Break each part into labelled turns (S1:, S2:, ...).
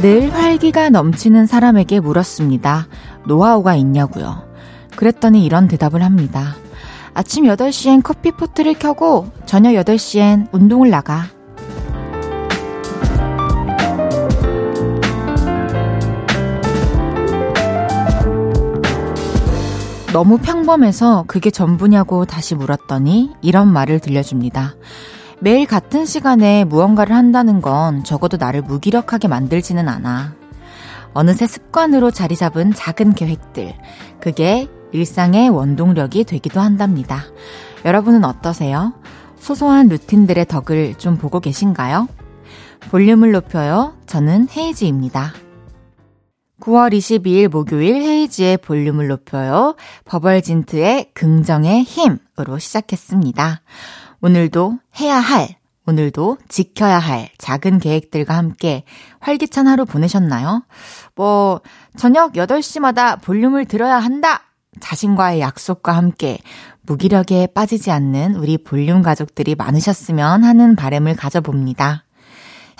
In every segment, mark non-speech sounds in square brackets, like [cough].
S1: 늘 활기가 넘치는 사람에게 물었습니다. 노하우가 있냐고요. 그랬더니 이런 대답을 합니다. 아침 8시엔 커피 포트를 켜고 저녁 8시엔 운동을 나가. 너무 평범해서 그게 전부냐고 다시 물었더니 이런 말을 들려줍니다. 매일 같은 시간에 무언가를 한다는 건 적어도 나를 무기력하게 만들지는 않아. 어느새 습관으로 자리 잡은 작은 계획들. 그게 일상의 원동력이 되기도 한답니다. 여러분은 어떠세요? 소소한 루틴들의 덕을 좀 보고 계신가요? 볼륨을 높여요. 저는 헤이지입니다. 9월 22일 목요일 헤이지의 볼륨을 높여요. 버벌진트의 긍정의 힘으로 시작했습니다. 오늘도 해야 할, 오늘도 지켜야 할 작은 계획들과 함께 활기찬 하루 보내셨나요? 뭐, 저녁 8시마다 볼륨을 들어야 한다! 자신과의 약속과 함께 무기력에 빠지지 않는 우리 볼륨 가족들이 많으셨으면 하는 바램을 가져봅니다.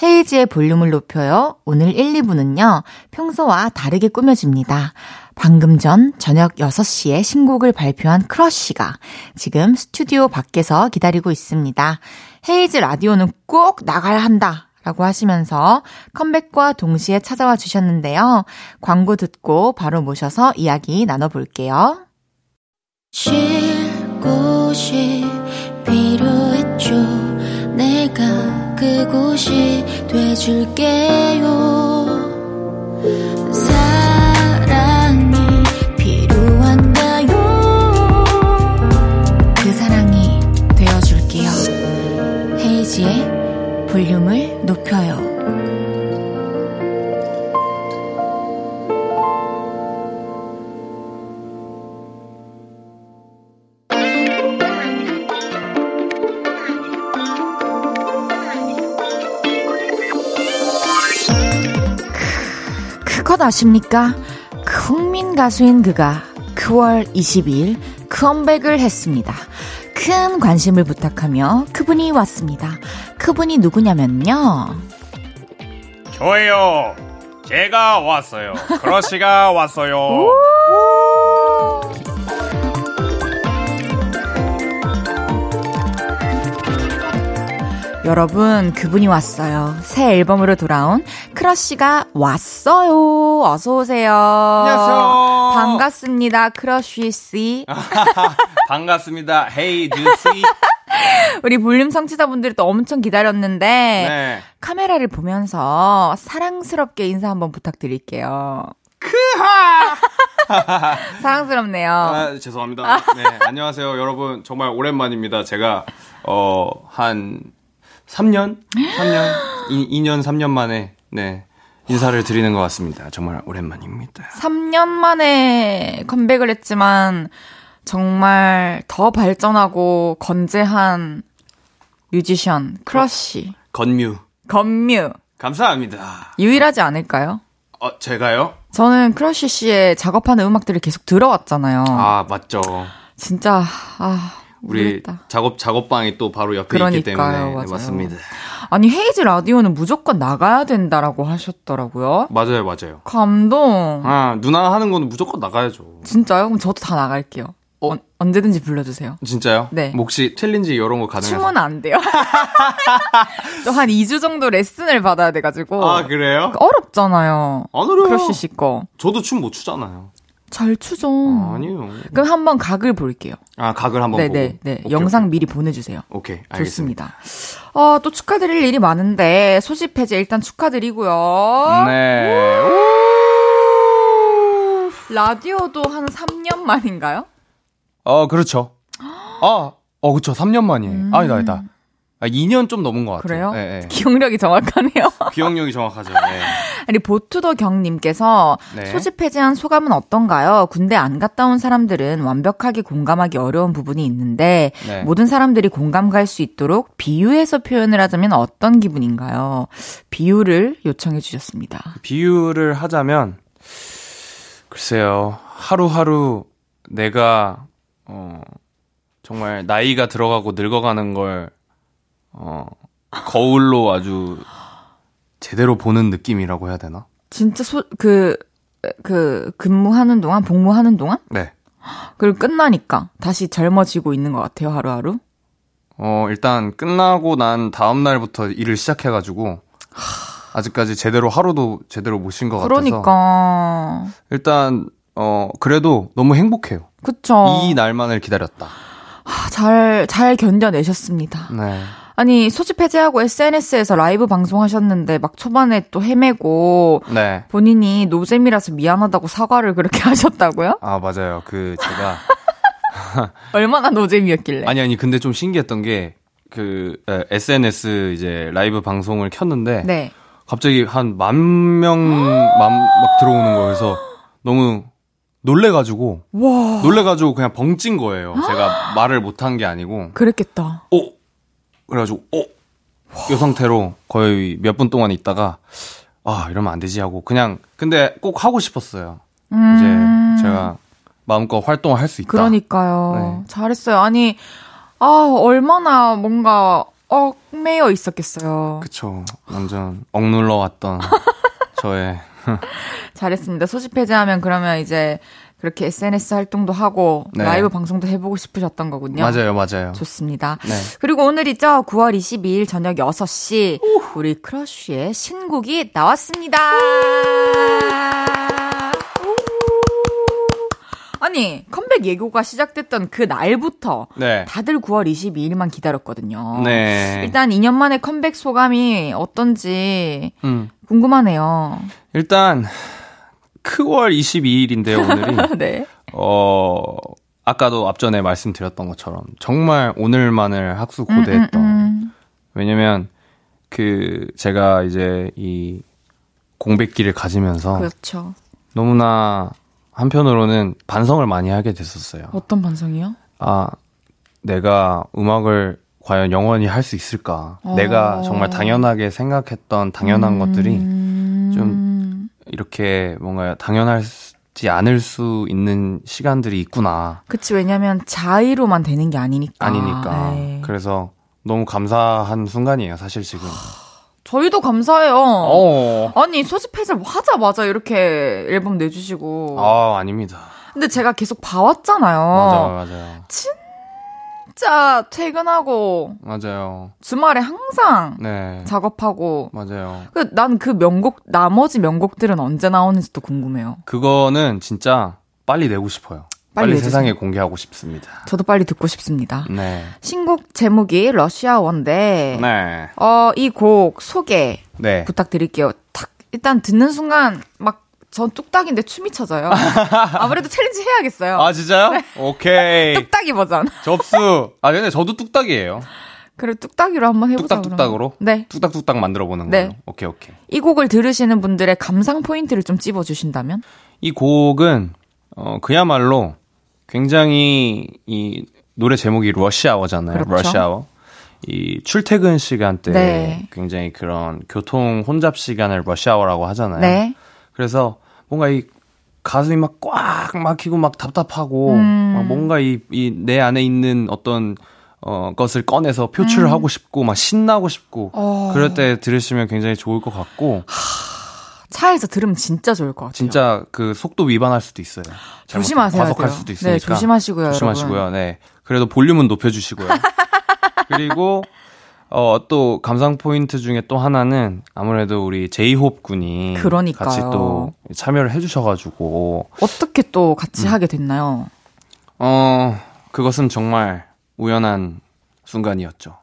S1: 헤이지의 볼륨을 높여요. 오늘 1, 2부는요, 평소와 다르게 꾸며집니다. 방금 전 저녁 6시에 신곡을 발표한 크러쉬가 지금 스튜디오 밖에서 기다리고 있습니다. 헤이즈 라디오는 꼭 나가야 한다. 라고 하시면서 컴백과 동시에 찾아와 주셨는데요. 광고 듣고 바로 모셔서 이야기 나눠볼게요.
S2: 쉴 곳이 필요했죠. 내가 그곳이 돼줄게요. 사랑이 필요한가요?
S1: 그 사랑이 되어줄게요. 헤이지의 볼륨을 높여요. 그것 아십니까? 국민 가수인 그가 9월 22일 컴백을 했습니다. 큰 관심을 부탁하며 그분이 왔습니다. 그분이 누구냐면요.
S3: 저예요. 제가 왔어요. 크러쉬가 왔어요.
S1: 여러분, 그분이 왔어요. 새 앨범으로 돌아온 크러쉬가 왔어요. 어서오세요.
S3: 안녕하세요.
S1: 반갑습니다, 크러쉬 씨.
S3: 반갑습니다. 헤이
S1: [laughs]
S3: 주시.
S1: 우리 볼륨 성취자분들이 또 엄청 기다렸는데,
S3: 네.
S1: 카메라를 보면서 사랑스럽게 인사 한번 부탁드릴게요.
S3: 크하.
S1: [laughs] 사랑스럽네요.
S3: 아, 죄송합니다. 네, 안녕하세요, 여러분. 정말 오랜만입니다. 제가 어, 어한 3년, 3년, 2, 년 3년 만에 네 인사를 드리는 것 같습니다. 정말 오랜만입니다.
S1: 3년 만에 컴백을 했지만 정말 더 발전하고 건재한 뮤지션 크러쉬
S3: 건뮤
S1: 건뮤
S3: 감사합니다.
S1: 유일하지 않을까요?
S3: 어 제가요?
S1: 저는 크러쉬 씨의 작업하는 음악들을 계속 들어왔잖아요.
S3: 아 맞죠.
S1: 진짜 아
S3: 우리
S1: 모르겠다.
S3: 작업 작업방이 또 바로 옆에 있기 때문에
S1: 그러니까요,
S3: 네,
S1: 맞아요.
S3: 맞습니다.
S1: 아니 헤이즈 라디오는 무조건 나가야 된다라고 하셨더라고요.
S3: 맞아요, 맞아요.
S1: 감동.
S3: 아 누나 하는 건 무조건 나가야죠.
S1: 진짜요? 그럼 저도 다 나갈게요.
S3: 어?
S1: 언- 언제든지 불러주세요.
S3: 진짜요?
S1: 네.
S3: 뭐 혹시 챌린지 이런 거 가능해요?
S1: 춤은 안 돼요. [laughs] 또 한 2주 정도 레슨을 받아야 돼가지고.
S3: 아 그래요?
S1: 어렵잖아요.
S3: 안 어려요.
S1: 크러쉬 씨 거.
S3: 저도 춤 못 추잖아요.
S1: 잘 추죠.
S3: 아니요.
S1: 그럼 한번 각을 볼게요.
S3: 아 각을 어, 한번
S1: 음.
S3: 보고.
S1: 네네. 네.
S3: 오케이,
S1: 영상 미리 보내주세요.
S3: 오케이, 오케이 알겠습니다.
S1: 좋습니다. 아, 또 축하드릴 일이 많은데, 소집 해제 일단 축하드리고요.
S3: 네.
S1: 라디오도 한 3년 만인가요?
S3: 어
S1: [gasps]
S3: 그렇죠. 아, 어 그렇죠. 3년 만이에요. 아니다, 아니다. 아, 2년 좀 넘은 것 같아요.
S1: 음. 그래요?
S3: 네, 네.
S1: 기억력이
S3: [laughs]
S1: 정확하네요.
S3: 기억력이 정확하죠. 네.
S1: 아니 보투더 경님께서
S3: 네.
S1: [laughs] 소집 해제한 소감은 어떤가요? 군대 안 갔다 온 사람들은 완벽하게 공감하기 어려운 부분이 있는데
S3: 네.
S1: 모든 사람들이 공감 갈 수 있도록 비유해서 표현을 하자면 어떤 기분인가요? 비유를 요청해 주셨습니다.
S4: 비유를 하자면 글쎄요 하루하루 내가 어 정말 나이가 들어가고 늙어가는 걸 어 거울로 아주 제대로 보는 느낌이라고 해야 되나?
S1: 진짜 소, 그, 그, 근무하는 동안, 복무하는 동안?
S3: 네.
S1: 그리고 끝나니까 다시 젊어지고 있는 것 같아요, 하루하루.
S3: 어, 일단 끝나고 난 다음 날부터 일을 시작해 가지고 아직까지 제대로 하루도 제대로 못 쉰 것 같아서
S1: 그러니까.
S3: 일단 어, 그래도 너무 행복해요.
S1: 그쵸.
S3: 이 날만을 기다렸다.
S1: 아, 잘, 잘 견뎌내셨습니다.
S3: 네.
S1: 아니, 소집 해제하고 SNS에서 라이브 방송하셨는데 막 초반에 또 헤매고
S3: 네.
S1: 본인이 노잼이라서 미안하다고 사과를 그렇게 [laughs] 하셨다고요?
S3: 아, 맞아요. 그
S1: [laughs]
S3: 제가
S1: 얼마나 노잼이었길래.
S3: 아니 아니 근데 좀 신기했던 게 그 SNS 이제 라이브 방송을 켰는데
S1: 네.
S3: 갑자기 한 만 명 만 막 들어오는 거여서 너무 놀래가지고
S1: 와,
S3: 놀래가지고 그냥 벙찐 거예요.
S1: 아!
S3: 제가 말을 못한 게 아니고
S1: 그랬겠다.
S3: 어 그래가지고 어이 상태로 거의 몇 분 동안 있다가 아 이러면 안 되지 하고 그냥 근데 꼭 하고 싶었어요. 이제
S1: 음. 그러니까
S3: 제가 마음껏 활동을 할 수 있다.
S1: 그러니까요.
S3: 네.
S1: 잘했어요. 아니, 아, 얼마나 뭔가 얽매여 있었겠어요.
S3: 그쵸. 완전 억눌러
S1: [laughs]
S3: 왔던 저의
S1: 잘했습니다. 소집 해제하면 그러면 이제 그렇게 SNS 활동도 하고
S3: 네.
S1: 라이브 방송도 해보고 싶으셨던 거군요.
S3: 맞아요, 맞아요.
S1: 좋습니다.
S3: 네.
S1: 그리고 오늘이죠. 9월 22일 저녁 6시 우리 크러쉬의 신곡이 나왔습니다. 아니 컴백 예고가 시작됐던 그 날부터
S3: 네.
S1: 다들 9월 22일만 기다렸거든요.
S3: 네.
S1: 일단 2년 만에 컴백 소감이 어떤지
S3: 음. [laughs]
S1: 궁금하네요.
S3: 일단 9월
S1: [laughs]
S3: 22일인데요, 오늘이.
S1: 네.
S3: 어, 아까도 앞전에 말씀드렸던 것처럼 정말 오늘만을 학수 고대했던.
S1: 음,
S3: 왜냐면 그 제가 이제 이 공백기를 가지면서
S1: 그렇죠.
S3: 너무나 한편으로는 반성을 많이 하게 됐었어요.
S1: 어떤 반성이요?
S3: 아, 내가 음악을 과연 영원히 할 수 있을까?
S1: 어.
S3: 내가 정말 당연하게 생각했던 당연한 것들이
S1: 좀
S3: 이렇게 뭔가 당연하지 않을 수 있는 시간들이 있구나.
S1: 그치 왜냐면 자의로만 되는 게 아니니까
S3: 아니니까.
S1: 네.
S3: 그래서 너무 감사한 순간이에요, 사실 지금.
S1: 저희도 감사해요
S3: 어.
S1: 아니 소집해서 하자마자 이렇게 앨범 내주시고
S3: 아, 아닙니다.
S1: 근데 제가 계속 봐왔잖아요
S3: 맞아요, 맞아요.
S1: 진짜 퇴근하고
S3: 맞아요.
S1: 주말에 항상
S3: 네.
S1: 작업하고
S3: 맞아요.
S1: 그 난 그 명곡 나머지 명곡들은 언제 나오는지도 궁금해요
S3: 그거는 진짜 빨리 내고 싶어요.
S1: 빨리
S3: 빨리
S1: 내주세요.
S3: 세상에 공개하고 싶습니다.
S1: 저도 빨리 듣고 싶습니다
S3: 네.
S1: 신곡 제목이 러시아원데
S3: 네.
S1: 어, 이 곡 소개
S3: 네.
S1: 부탁드릴게요. 탁 일단 듣는 순간 막 전 뚝딱인데 춤이
S3: [laughs]
S1: 쳐져요. 아무래도 챌린지 해야겠어요. 네.
S3: 아 네. 진짜요? 오케이
S1: 뚝딱이 버전.
S3: 접수. 아 근데 저도 뚝딱이에요.
S1: 그리고 뚝딱이로 한번 해보자.
S3: 뚝딱뚝딱으로?
S1: 그러면. 네.
S3: 뚝딱뚝딱 만들어 보는
S1: 네.
S3: 거예요. 오케이 오케이.
S1: 이 곡을 들으시는 분들의 감상 포인트를 좀 찝어주신다면?
S3: 이 곡은 어 그야말로 굉장히 이 노래 제목이 러시아워잖아요.
S1: 그렇죠.
S3: 러시아워. 이 출퇴근 시간 때
S1: 네.
S3: 굉장히 그런 교통 혼잡 시간을 러시아워라고 하잖아요.
S1: 네.
S3: 그래서 뭔가 이 가슴이 막 꽉 막히고 막 답답하고
S1: 음.
S3: 막 뭔가 이 이 내 안에 있는 어떤 어 것을 꺼내서 표출을 하고 싶고 막 신나고 싶고
S1: 음. 어. 아,
S3: 그럴 때 들으시면 굉장히 좋을 것 같고
S1: 차에서 들으면 진짜 좋을 것 같아요.
S3: 진짜 그 속도 위반할 수도 있어요. 잘못
S1: 조심하세요.
S3: 과속할
S1: 돼요.
S3: 수도
S1: 네,
S3: 있으니까.
S1: 조심하시고요,
S3: 조심하시고요.
S1: 여러분.
S3: 네. 그래도 볼륨은
S1: [laughs]
S3: 높여 주시고요. 그리고 어 또 감상 포인트 중에 또 하나는 아무래도 우리 제이홉 군이
S1: 그러니까요.
S3: 같이 또 참여를 해 주셔 가지고
S1: 어떻게 또 같이
S3: 음.
S1: 하게 됐나요?
S3: 어, 그것은 정말 우연한 순간이었죠.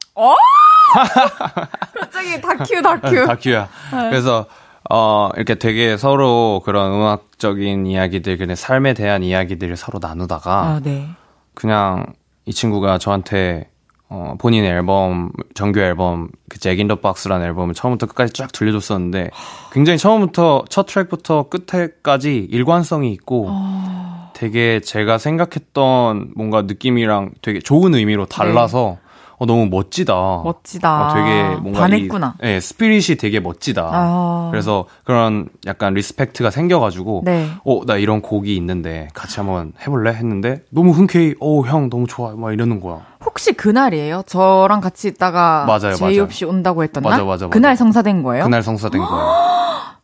S1: 갑자기 다큐 다큐.
S3: 아,
S1: 아.
S3: 다큐야. 그래서 어, 이렇게 되게 서로 그런 음악적인 이야기들, 그냥 삶에 대한 이야기들을 서로 나누다가
S1: 아 네.
S3: 그냥 이 친구가 저한테 어, 본인의 앨범, 정규 앨범, 그 잭인 더 박스라는 앨범을 처음부터 끝까지 쫙 들려줬었는데 굉장히 처음부터 첫 트랙부터 끝에까지 일관성이 있고
S1: 아.
S3: 되게 제가 생각했던 뭔가 느낌이랑 되게 좋은 의미로 달라서 어, 너무 멋지다.
S1: 네. 멋지다.
S3: 어, 되게 뭔가
S1: 반했구나.
S3: 이, 예, 스피릿이 되게 멋지다.
S1: 아.
S3: 그래서 그런 약간 리스펙트가 생겨가지고
S1: 네.
S3: 어, 나 이런 곡이 있는데 같이 한번 해볼래? 했는데 너무 흔쾌히 어, 형 너무 좋아 막 이러는 거야.
S1: 혹시 그날이에요? 저랑 같이 있다가
S3: 맞아요,
S1: 제이홉
S3: 맞아요.
S1: 씨 온다고 했던
S3: 맞아,
S1: 날?
S3: 맞아, 맞아.
S1: 그날 성사된 거예요?
S3: 그날 성사된 거예요.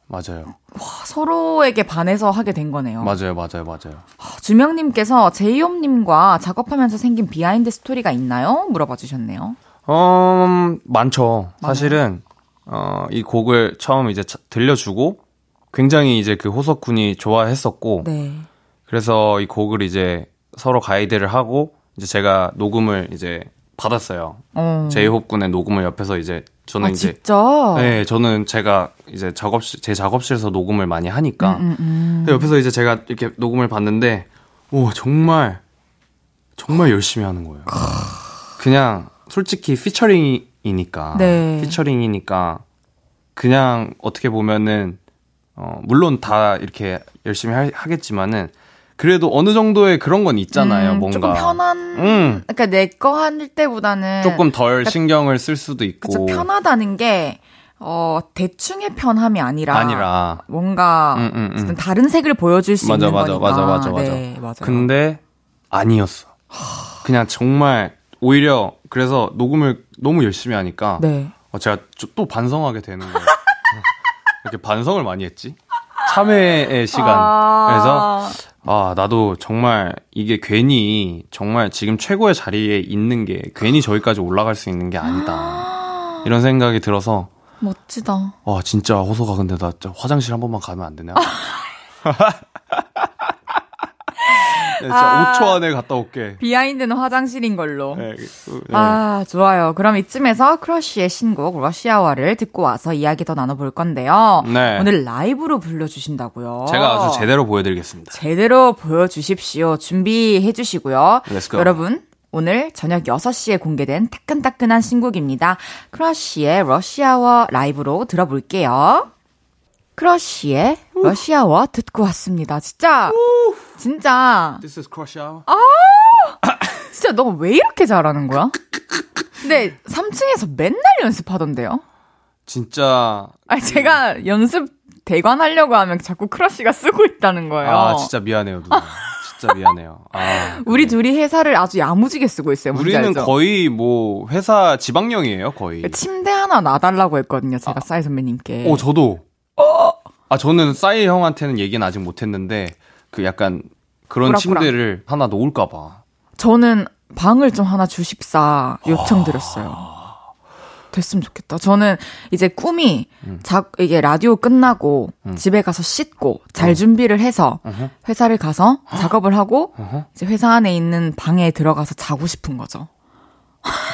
S3: 맞아요.
S1: 서로에게 반해서 하게 된 거네요.
S3: 맞아요. 맞아요. 맞아요.
S1: 주명님께서 제이홉님과 작업하면서 생긴 비하인드 스토리가 있나요? 물어봐 주셨네요.
S3: 음, 많죠. 사실은, 어, 이 곡을 처음 이제 차- 들려주고, 굉장히 이제 그 호석군이 좋아했었고,
S1: 네.
S3: 그래서 이 곡을 이제 서로 가이드를 하고, 이제 제가 녹음을 이제 받았어요.
S1: 어.
S3: 제이홉 군의 녹음을 옆에서 이제,
S1: 아,
S3: 저는 이제,
S1: 직접?
S3: 네, 저는 제가 이제 작업실, 제 작업실에서 녹음을 많이 하니까,
S1: 음.
S3: 근데 그 옆에서 이제 제가 이렇게 녹음을 봤는데, 오, 정말, 정말 열심히 하는 거예요. 그냥, 솔직히 피처링이니까,
S1: 네.
S3: 피처링이니까, 그냥 어떻게 보면은, 어, 물론 다 이렇게 열심히 하, 겠지만은 그래도 어느 정도의 그런 건 있잖아요,
S1: 음,
S3: 뭔가.
S1: 조금 편한.
S3: 음.
S1: 그러니까 내 거 할 때보다는.
S3: 조금 덜 신경을 쓸 수도
S1: 그쵸,
S3: 있고.
S1: 편하다는 게, 어, 대충의 편함이 아니라.
S3: 아니라.
S1: 뭔가,
S3: 음, 음, 음.
S1: 어쨌든 다른 색을 보여줄 수
S3: 맞아
S1: 있는
S3: 맞아
S1: 거니까.
S3: 맞아 맞아 맞아.
S1: 네, 맞아요.
S3: 근데 아니었어. 그냥 정말 오히려 그래서 녹음을 너무 열심히 하니까
S1: 네.
S3: 어, 제가 저- 또 반성하게 되는 거예요. [laughs] 이렇게 반성을 많이 했지. 참회의 시간. 그래서
S1: 아,
S3: 아 나도 정말 이게 괜히 정말 지금 최고의 자리에 있는 게 괜히 저기까지 올라갈 수 있는
S1: [gasps]
S3: 게 아니다. 이런 생각이 들어서
S1: 멋지다.
S3: 와 아, 진짜 호소가 근데 나 진짜 화장실 한 번만
S1: [laughs]
S3: 가면 안 되냐? 네, 진짜
S1: 아.
S3: 5초 안에 갔다 올게.
S1: 비하인드는 화장실인 걸로.
S3: 네, 그, 네.
S1: 아, 좋아요. 그럼 이쯤에서 크러쉬의 신곡 러시아와를 듣고 와서 이야기 더 나눠볼 건데요.
S3: 네.
S1: 오늘 라이브로 불러주신다고요.
S3: 제가 아주 제대로 보여드리겠습니다.
S1: 제대로 보여주십시오. 준비해 주시고요.
S3: Let's go.
S1: 여러분, 오늘 저녁 6시에 공개된 따끈따끈한 신곡입니다. 크러쉬의 러시아워 라이브로 들어볼게요. 크러쉬의 러시아워 듣고 왔습니다. 진짜, 진짜,
S5: This is crush hour.
S1: 진짜 너 왜 이렇게 잘하는 거야? 근데 3층에서 맨날 연습하던데요?
S3: 진짜
S1: 아, 제가 연습 대관 하려고 하면 자꾸 크러쉬가 쓰고 있다는 거예요.
S3: 아 진짜 미안해요 누나. 진짜 미안해요. 아,
S1: 우리
S3: 네.
S1: 둘이 회사를 아주 야무지게 쓰고 있어요. [laughs] 뭔지
S3: 우리는
S1: 알죠?
S3: 거의 뭐 회사 지방령이에요 거의.
S1: 침대 하나 놔달라고 했거든요. 제가 싸이 선배님께.
S3: 어 예. 아. 저도. 아 저는 싸이 형한테는 얘기는 아직 못했는데 그 약간 그런
S1: 꾸락꾸락.
S3: 침대를 하나 놓을까봐.
S1: 저는 방을 좀 하나 주십사
S3: 아.
S1: 요청드렸어요. 됐으면 좋겠다. 저는 이제 꿈이
S3: 음.
S1: 자, 이게 라디오 끝나고 집에 가서 씻고
S3: 음.
S1: 잘 준비를 해서 회사를 가서 작업을 하고 이제 회사 안에 있는 방에 들어가서 자고 싶은 거죠.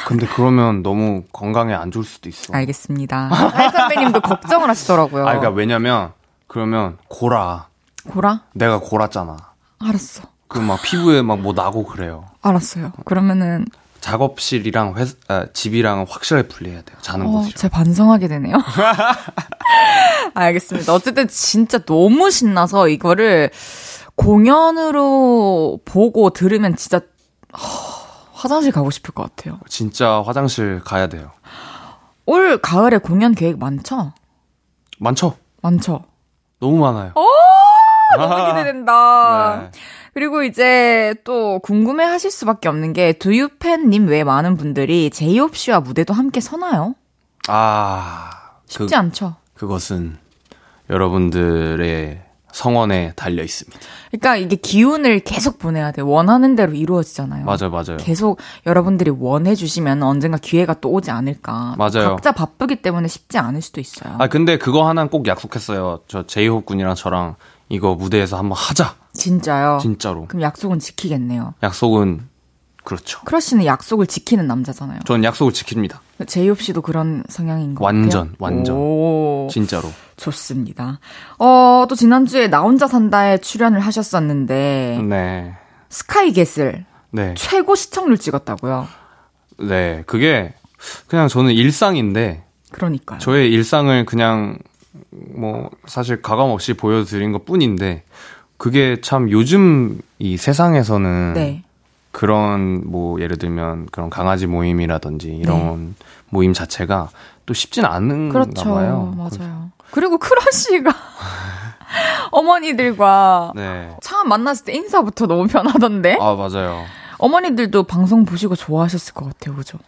S3: 근데 그러면 너무 건강에 안 좋을 수도 있어.
S1: 알겠습니다. 싸이 선배님도
S3: [laughs]
S1: 걱정을 하시더라고요.
S3: 아, 그러니까 왜냐면 그러면 고라.
S1: 고라?
S3: 내가 고랐잖아.
S1: 알았어.
S3: 그 막 피부에 막 뭐 나고 그래요.
S1: 알았어요. 그러면은
S3: 작업실이랑 회 집이랑 확실하게 분리해야 돼요. 자는
S1: 어,
S3: 곳이랑.
S1: 제 반성하게
S3: [laughs]
S1: 되네요. 알겠습니다. 어쨌든 진짜 너무 신나서 이거를 공연으로 보고 들으면 진짜 허, 화장실 가고 싶을 것 같아요.
S3: 진짜 화장실 가야 돼요.
S1: 올 가을에 공연 계획 많죠?
S3: 많죠?
S1: 많죠?
S3: 너무 많아요.
S1: 어? 너무 기대된다.
S3: 네.
S1: 그리고 이제 또 궁금해 하실 수밖에 없는 게 두유팬님 외에 많은 분들이 제이홉 씨와 무대도 함께 서나요?
S3: 아. 그,
S1: 쉽지 않죠?
S3: 그것은 여러분들의 성원에 달려 있습니다.
S1: 그러니까 이게 기운을 계속 보내야 돼요. 원하는 대로 이루어지잖아요.
S3: 맞아요, 맞아요.
S1: 계속 여러분들이 원해 주시면 언젠가 기회가 또 오지 않을까.
S3: 맞아요.
S1: 각자 바쁘기 때문에 쉽지 않을 수도 있어요.
S3: 아, 근데 그거 하나는 꼭 약속했어요. 저 제이홉 군이랑 저랑 이거 무대에서 한번 하자.
S1: 진짜요.
S3: 진짜로.
S1: 그럼 약속은 지키겠네요.
S3: 약속은 그렇죠.
S1: 크러쉬는 약속을 지키는 남자잖아요.
S3: 전 약속을 지킵니다.
S1: 제이홉 씨도 그런 성향인 것
S3: 완전,
S1: 같아요.
S3: 완전.
S1: 오,
S3: 진짜로.
S1: 좋습니다. 어, 또 지난주에 나 혼자 산다에 출연을 하셨었는데
S3: 네.
S1: 스카이 겟을
S3: 네.
S1: 최고 시청률 찍었다고요.
S3: 네. 그게 그냥 저는 일상인데
S1: 그러니까요.
S3: 저의 일상을 그냥 뭐 사실 가감 없이 보여드린 것 뿐인데 그게 참 요즘 이 세상에서는
S1: 네.
S3: 그런 뭐 예를 들면 그런 강아지 모임이라든지 이런 모임 자체가 또 쉽진 않은가
S1: 네. 그렇죠.
S3: 봐요.
S1: 맞아요. 그리고 크러쉬가 [laughs] 어머니들과
S3: 네.
S1: 처음 만났을 때 인사부터 너무 편하던데
S3: 아, 맞아요.
S1: 어머니들도 방송 보시고 좋아하셨을 것 같아요, 그죠?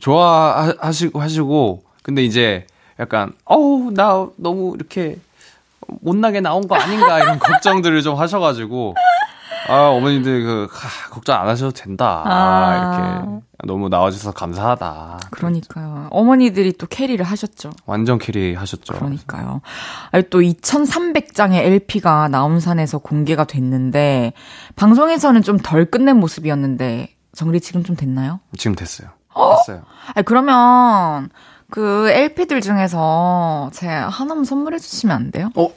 S3: 좋아하시고 하시고 근데 이제 약간 어우 나 너무 이렇게 못나게 나온 거
S1: [laughs]
S3: 아닌가 이런 걱정들을 좀 하셔가지고 아 어머님들 그 하, 걱정 안 하셔도 된다
S1: 아.
S3: 이렇게 너무 나와주셔서 감사하다
S1: 그러니까요. 어머니들이 또 캐리를 하셨죠.
S3: 완전 캐리 하셨죠
S1: 그러니까요. 아니, 또 2,300장의 LP가 나온 산에서 공개가 됐는데 방송에서는 좀 덜 끝낸 모습이었는데 정리 지금 좀 됐나요?
S3: 지금 됐어요 됐어요
S1: 아니, 그러면 그 LP들 중에서 제 하나만 선물해 주시면 안 돼요?
S3: 어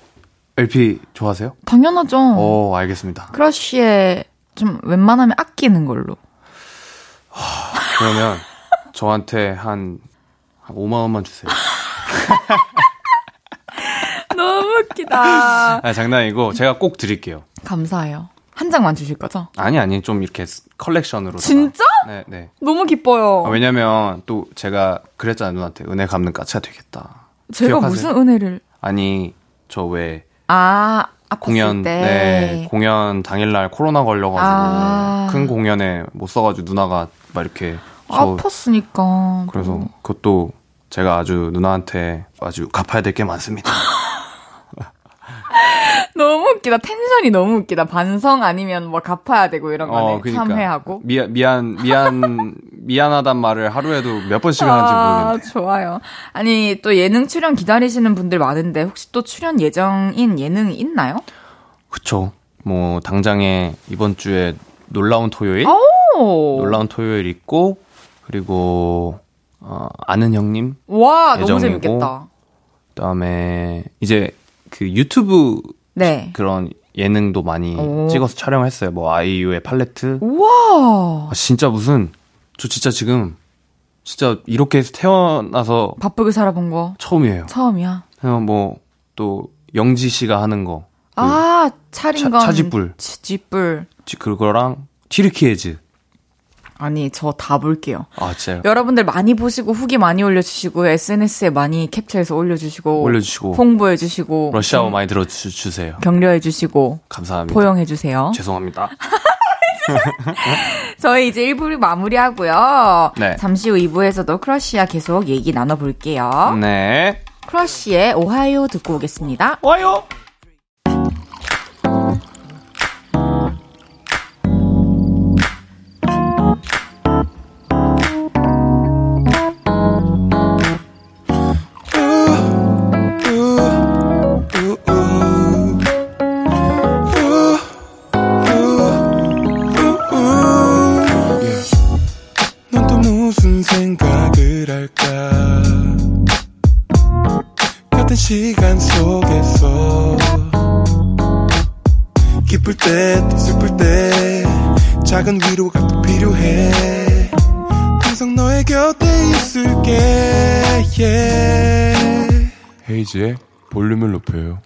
S3: LP 좋아하세요?
S1: 당연하죠.
S3: 어 알겠습니다
S1: 크러쉬에 좀 웬만하면 아끼는 걸로.
S3: 그러면 저한테 한, 한 5만 원만 주세요
S1: [laughs] 너무 웃기다.
S3: 아 장난이고 제가 꼭 드릴게요
S1: 감사해요. 한 장만 주실 거죠?
S3: 아니 아니 좀 이렇게 컬렉션으로
S1: 진짜?
S3: 네네
S1: 너무 기뻐요.
S3: 아, 왜냐면 또 제가 그랬잖아요 누나한테 은혜 갚는 까치가 되겠다.
S1: 제가
S3: 기억하세요?
S1: 무슨 은혜를
S3: 아니 저 왜
S1: 아 아팠을
S3: 공연
S1: 때.
S3: 네, 공연 당일날 코로나 걸려가지고
S1: 아.
S3: 큰 공연에 못 써가지고 누나가 막 이렇게 저
S1: 아팠으니까.
S3: 그래서 그것도 제가 아주 누나한테 아주 갚아야 될 게 많습니다.
S1: [laughs] 너무 웃기다. 텐션이 너무 웃기다. 반성 아니면 뭐 갚아야 되고 이런 거네.
S3: 그러니까.
S1: 참회하고.
S3: 미, 미안 미안 미안하단 말을 하루에도 몇 번씩 하는지
S1: 아,
S3: 모르겠는데
S1: 좋아요. 아니, 또 예능 출연 기다리시는 분들 많은데, 혹시 또 출연 예정인 예능이 있나요?
S3: 그쵸. 뭐 당장에 이번 주에 놀라운 토요일
S1: 어? 오!
S3: 놀라운 토요일 있고 그리고 어, 아는 형님
S1: 와, 너무
S3: 예정이고.
S1: 재밌겠다.
S3: 그다음에 이제 그 유튜브
S1: 네.
S3: 그런 예능도 많이
S1: 오.
S3: 찍어서 촬영했어요. 뭐 아이유의 팔레트.
S1: 우와!
S3: 아, 진짜 무슨 저 진짜 지금 진짜 이렇게 해서 태어나서
S1: 바쁘게 살아본 거
S3: 처음이에요.
S1: 처음이야.
S3: 그냥 뭐 또 영지 씨가 하는 거 그-
S1: 아, 차린
S3: 차-
S1: 건.
S3: 차지뿔.
S1: 차지뿔.
S3: 지- 그거랑 티르키예즈.
S1: 아니, 저 다 볼게요.
S3: 아 진짜
S1: 여러분들 많이 보시고 후기 많이 올려주시고 SNS에 많이 캡처해서 올려주시고
S3: 올려주시고
S1: 홍보해주시고
S3: 러시아어 많이 들어주세요.
S1: 격려해주시고
S3: 감사합니다.
S1: 포용해주세요.
S3: 그렇죠. 죄송합니다.
S1: 저희 이제 1부를 마무리하고요.
S3: 네.
S1: 잠시 후 2부에서도 크러쉬와 계속 얘기 나눠볼게요.
S3: 네.
S1: 크러쉬의 오하이오 듣고 오겠습니다.
S3: 와요.
S6: 예. 넌 또 무슨 생각을 할까 같은 시간 속에서 기쁠 때 또 슬플 때 작은 위로가 또 필요해 항상 너의 곁에 있을게 예. yeah. 헤이즈의 볼륨을 높여요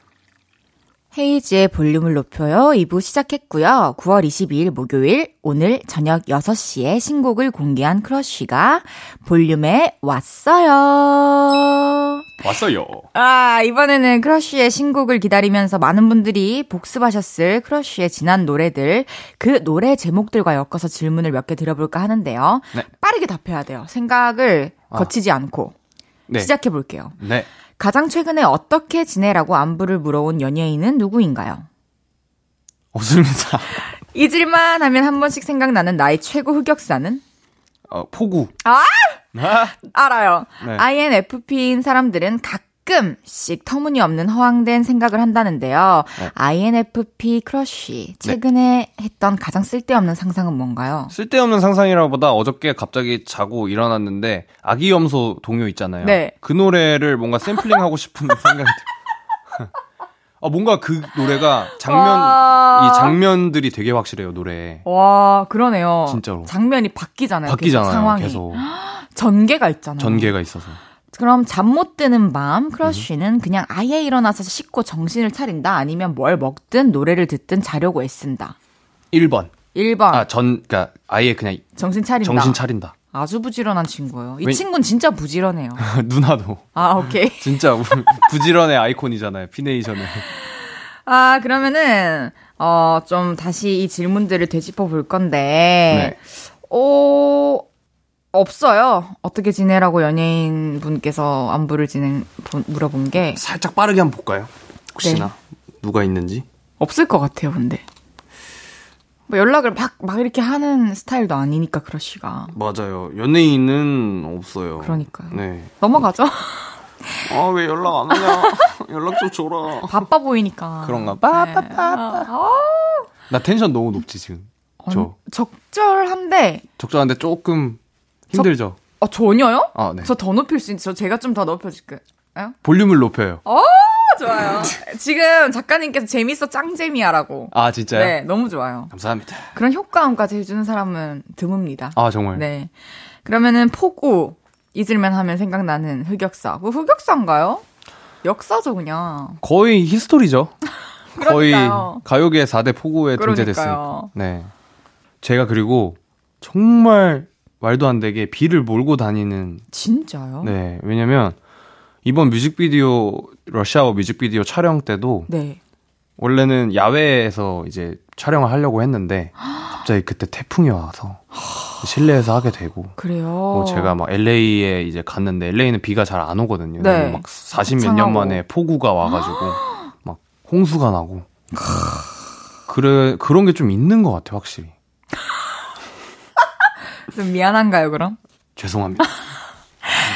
S1: 헤이지의 볼륨을 높여요. 2부 시작했고요. 9월 22일 목요일 오늘 저녁 6시에 신곡을 공개한 크러쉬가 볼륨에 왔어요.
S7: 왔어요.
S1: 아, 이번에는 크러쉬의 신곡을 기다리면서 많은 분들이 복습하셨을 크러쉬의 지난 노래들, 그 노래 제목들과 엮어서 질문을 몇 개 드려볼까 하는데요.
S3: 네.
S1: 빠르게 답해야 돼요. 생각을
S3: 아.
S1: 거치지 않고.
S3: 네.
S1: 시작해볼게요.
S3: 네.
S1: 가장 최근에 어떻게 지내라고 안부를 물어온 연예인은 누구인가요?
S3: 없습니다.
S1: 잊을만 하면 한 번씩 생각나는 나의 최고 흑역사는?
S3: 어, 포구.
S1: 아!
S3: 아!
S1: 알아요.
S3: 네.
S1: INFP인 사람들은 가끔씩 터무니없는 허황된 생각을 한다는데요.
S3: 네.
S1: INFP 크러쉬 최근에 했던 가장 쓸데없는 상상은 뭔가요?
S3: 쓸데없는 상상이라보다 어저께 갑자기 자고 일어났는데 아기 염소 동요 있잖아요.
S1: 네.
S3: 그 노래를 뭔가 샘플링 하고 싶은 [laughs] 생각이 들어요. [laughs] 아, 뭔가 그 노래가 장면
S1: 와. 어,
S3: 이 장면들이 되게 확실해요, 노래에.
S1: 와 그러네요.
S3: 진짜로.
S1: 장면이 바뀌잖아요.
S3: 바뀌잖아요,
S1: 계속 네, 상황이 [gasps]
S3: 계속.
S1: 전개가 있잖아요.
S3: 전개가 있어서.
S1: 그럼 잠 못 드는 밤
S3: 음.
S1: 크러쉬는 그냥 아예 일어나서 씻고 정신을 차린다 아니면 뭘 먹든 노래를 듣든 자려고 애쓴다.
S3: 1번.
S1: 1번
S3: 아, 전 그러니까 아예 그냥
S1: 정신 차린다.
S3: 정신 차린다.
S1: 아주 부지런한 친구예요. 이
S3: 왜-
S1: 친구는 진짜 부지런해요.
S3: [laughs] 누나도
S1: 아,
S3: [laughs]
S1: 오케이.
S3: 진짜 우- 부지런의 아이콘이잖아요. 피네이션의.
S1: 아, 그러면은, 어, 좀 다시 이 질문들을 되짚어 볼
S3: 네.
S1: 건데, 어, 없어요. 어떻게 지내라고 연예인 분께서 안부를 진행, 보- 물어본 게.
S3: 살짝 빠르게 한번 볼까요? 혹시나
S1: 네.
S3: 누가 있는지.
S1: 없을 것 같아요, 근데. 뭐 연락을 막, 막 이렇게 하는 스타일도 아니니까, 크러쉬가.
S3: 맞아요. 연예인은 없어요.
S1: 그러니까요.
S3: 네. [laughs]
S1: 넘어가죠?
S3: 아 왜 연락 안 하냐? [laughs] 연락 좀 줘라.
S1: 바빠 보이니까.
S3: 그런가? 빠,
S1: 네.
S3: 빠, 빠.
S1: 아,
S3: 나 텐션 너무 높지 지금.
S1: 아,
S3: 저
S1: 적절한데,
S3: 적절한데 조금 힘들죠.
S1: 아, 전혀요?
S3: 아 네.
S1: 저 더 높일 수 있는데, 저 제가 좀 더 높여줄게요.
S3: 볼륨을 높여요.
S1: 아, 좋아요. 지금 작가님께서 재밌어, 짱재미야라고.
S3: 아 진짜요?
S1: 네, 너무 좋아요.
S3: 감사합니다.
S1: 그런 효과음까지 해주는 사람은 드뭅니다.
S3: 아 정말.
S1: 네. 그러면은 폭우 잊을만 하면 생각나는 흑역사. 뭐 흑역사인가요? 역사죠 그냥.
S3: 거의 히스토리죠. 거의
S1: [laughs] 그러니까요.
S3: 가요계 4대 폭우에
S1: 그러니까요.
S3: 등재됐으니까. 네. 제가 그리고 정말 말도 안 되게 비를 몰고 다니는
S1: 진짜요?
S3: 네. 왜냐면 이번 뮤직비디오 러시아워 뮤직비디오 촬영 때도
S1: 네.
S3: 원래는 야외에서 이제 촬영을 하려고 했는데
S1: [gasps]
S3: 갑자기 그때 태풍이 와서 실내에서 하게 되고
S1: 그래요.
S3: 뭐 제가 막 LA에 이제 갔는데 LA는 비가 잘 안 오거든요.
S1: 네.
S3: 막 40 몇 년
S1: 창하고.
S3: 만에 폭우가 와가지고 [gasps] 막 홍수가 나고 그래 그런 게 좀 있는 것 같아 요 확실히
S1: 좀 미안한가요 그럼?
S3: 죄송합니다.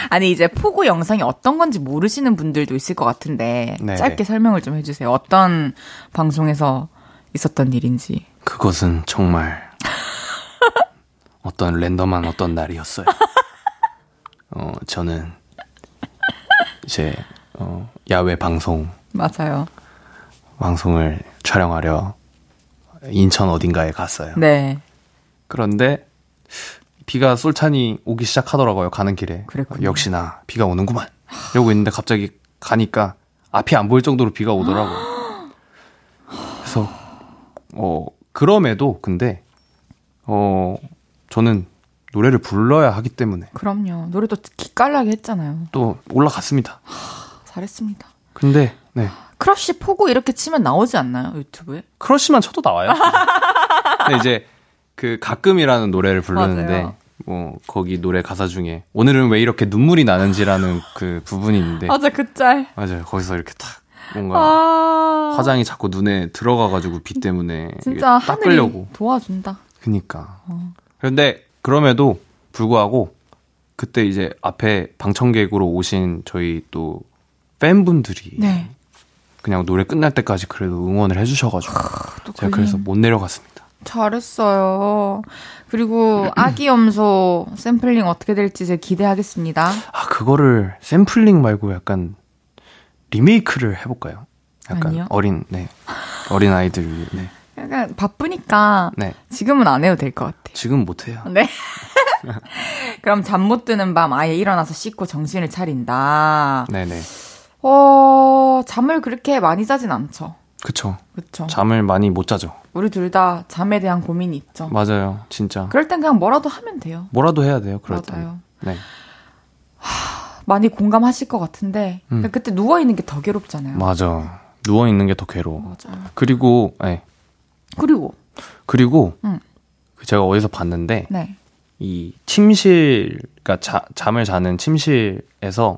S1: 아니 이제 폭우 영상이 어떤 건지 모르시는 분들도 있을 것 같은데
S3: 네.
S1: 짧게 설명을 좀 해주세요. 어떤 방송에서 있었던 일인지.
S3: [laughs] 그것은 정말 어떤 랜덤한 어떤 날이었어요. [laughs] 어 저는 이제 어, 야외 방송
S1: 맞아요.
S3: 방송을 촬영하려 인천 어딘가에 갔어요.
S1: 네.
S3: 그런데 비가 쏠찬히 오기 시작하더라고요. 가는 길에.
S1: 그랬군요.
S3: 역시나 비가 오는구만. 이러고 있는데 갑자기 가니까 앞이 안 보일 정도로 비가 오더라고요. 그래서 어 그럼에도 근데 어 저는 노래를 불러야 하기 때문에
S1: 그럼요. 노래도 기깔나게 했잖아요.
S3: 또 올라갔습니다.
S1: 잘했습니다.
S3: 근데 네.
S1: 크러쉬 폭우 이렇게 치면 나오지 않나요 유튜브에?
S3: 크러쉬만 쳐도 나와요. 근데 이제 그 가끔이라는 노래를 부르는데
S1: 맞아요.
S3: 뭐 거기 노래 가사 중에 오늘은 왜 이렇게 눈물이 나는지라는 그 부분이 있는데
S1: 맞아 그 짤.
S3: 맞아요. 거기서 이렇게 탁 뭔가
S1: 아
S3: 화장이 자꾸 눈에 들어가가지고 비 때문에 이게
S1: 진짜 하늘이 어.
S3: 닦으려고.
S1: 도와준다.
S3: 그니까. 그런데 그럼에도 불구하고 그때 이제 앞에 방청객으로 오신 저희 또 팬분들이
S1: 네.
S3: 그냥 노래 끝날 때까지 그래도 응원을 해주셔가지고
S1: 또
S3: 제가
S1: 아, 그림.
S3: 그래서 못 내려갔습니다.
S1: 잘했어요. 그리고 아기 염소 샘플링 어떻게 될지 제 기대하겠습니다.
S3: 아 그거를 샘플링 말고 약간 리메이크를 해볼까요? 약간
S1: 아니요.
S3: 어린 네 어린 아이들 위해 네,
S1: 약간 바쁘니까
S3: 네.
S1: 지금은 안 해도 될 것 같아요.
S3: 지금 못해요.
S1: 네. [laughs] 그럼 잠 못 드는 밤 아예 일어나서 씻고 정신을 차린다.
S3: 네네
S1: 어, 잠을 그렇게 많이 자진 않죠.
S3: 그쵸
S1: 그쵸.
S3: 잠을 많이 못 자죠.
S1: 우리 둘 다 잠에 대한 고민이 있죠.
S3: 맞아요 진짜
S1: 그럴 땐 그냥 뭐라도 하면 돼요.
S3: 뭐라도 해야 돼요 그럴
S1: 맞아요.
S3: 때는. 네
S1: 많이 공감하실 것 같은데
S3: 음.
S1: 그러니까 그때 누워 있는 게 더 괴롭잖아요.
S3: 뭐. 맞아 누워 있는 게 더 괴로워.
S1: 맞아요.
S3: 그리고 네.
S1: 그리고
S3: 그리고
S1: 음.
S3: 그 제가 어디서 봤는데
S1: 네
S3: 이 침실, 그러니까 자- 잠을 자는 침실에서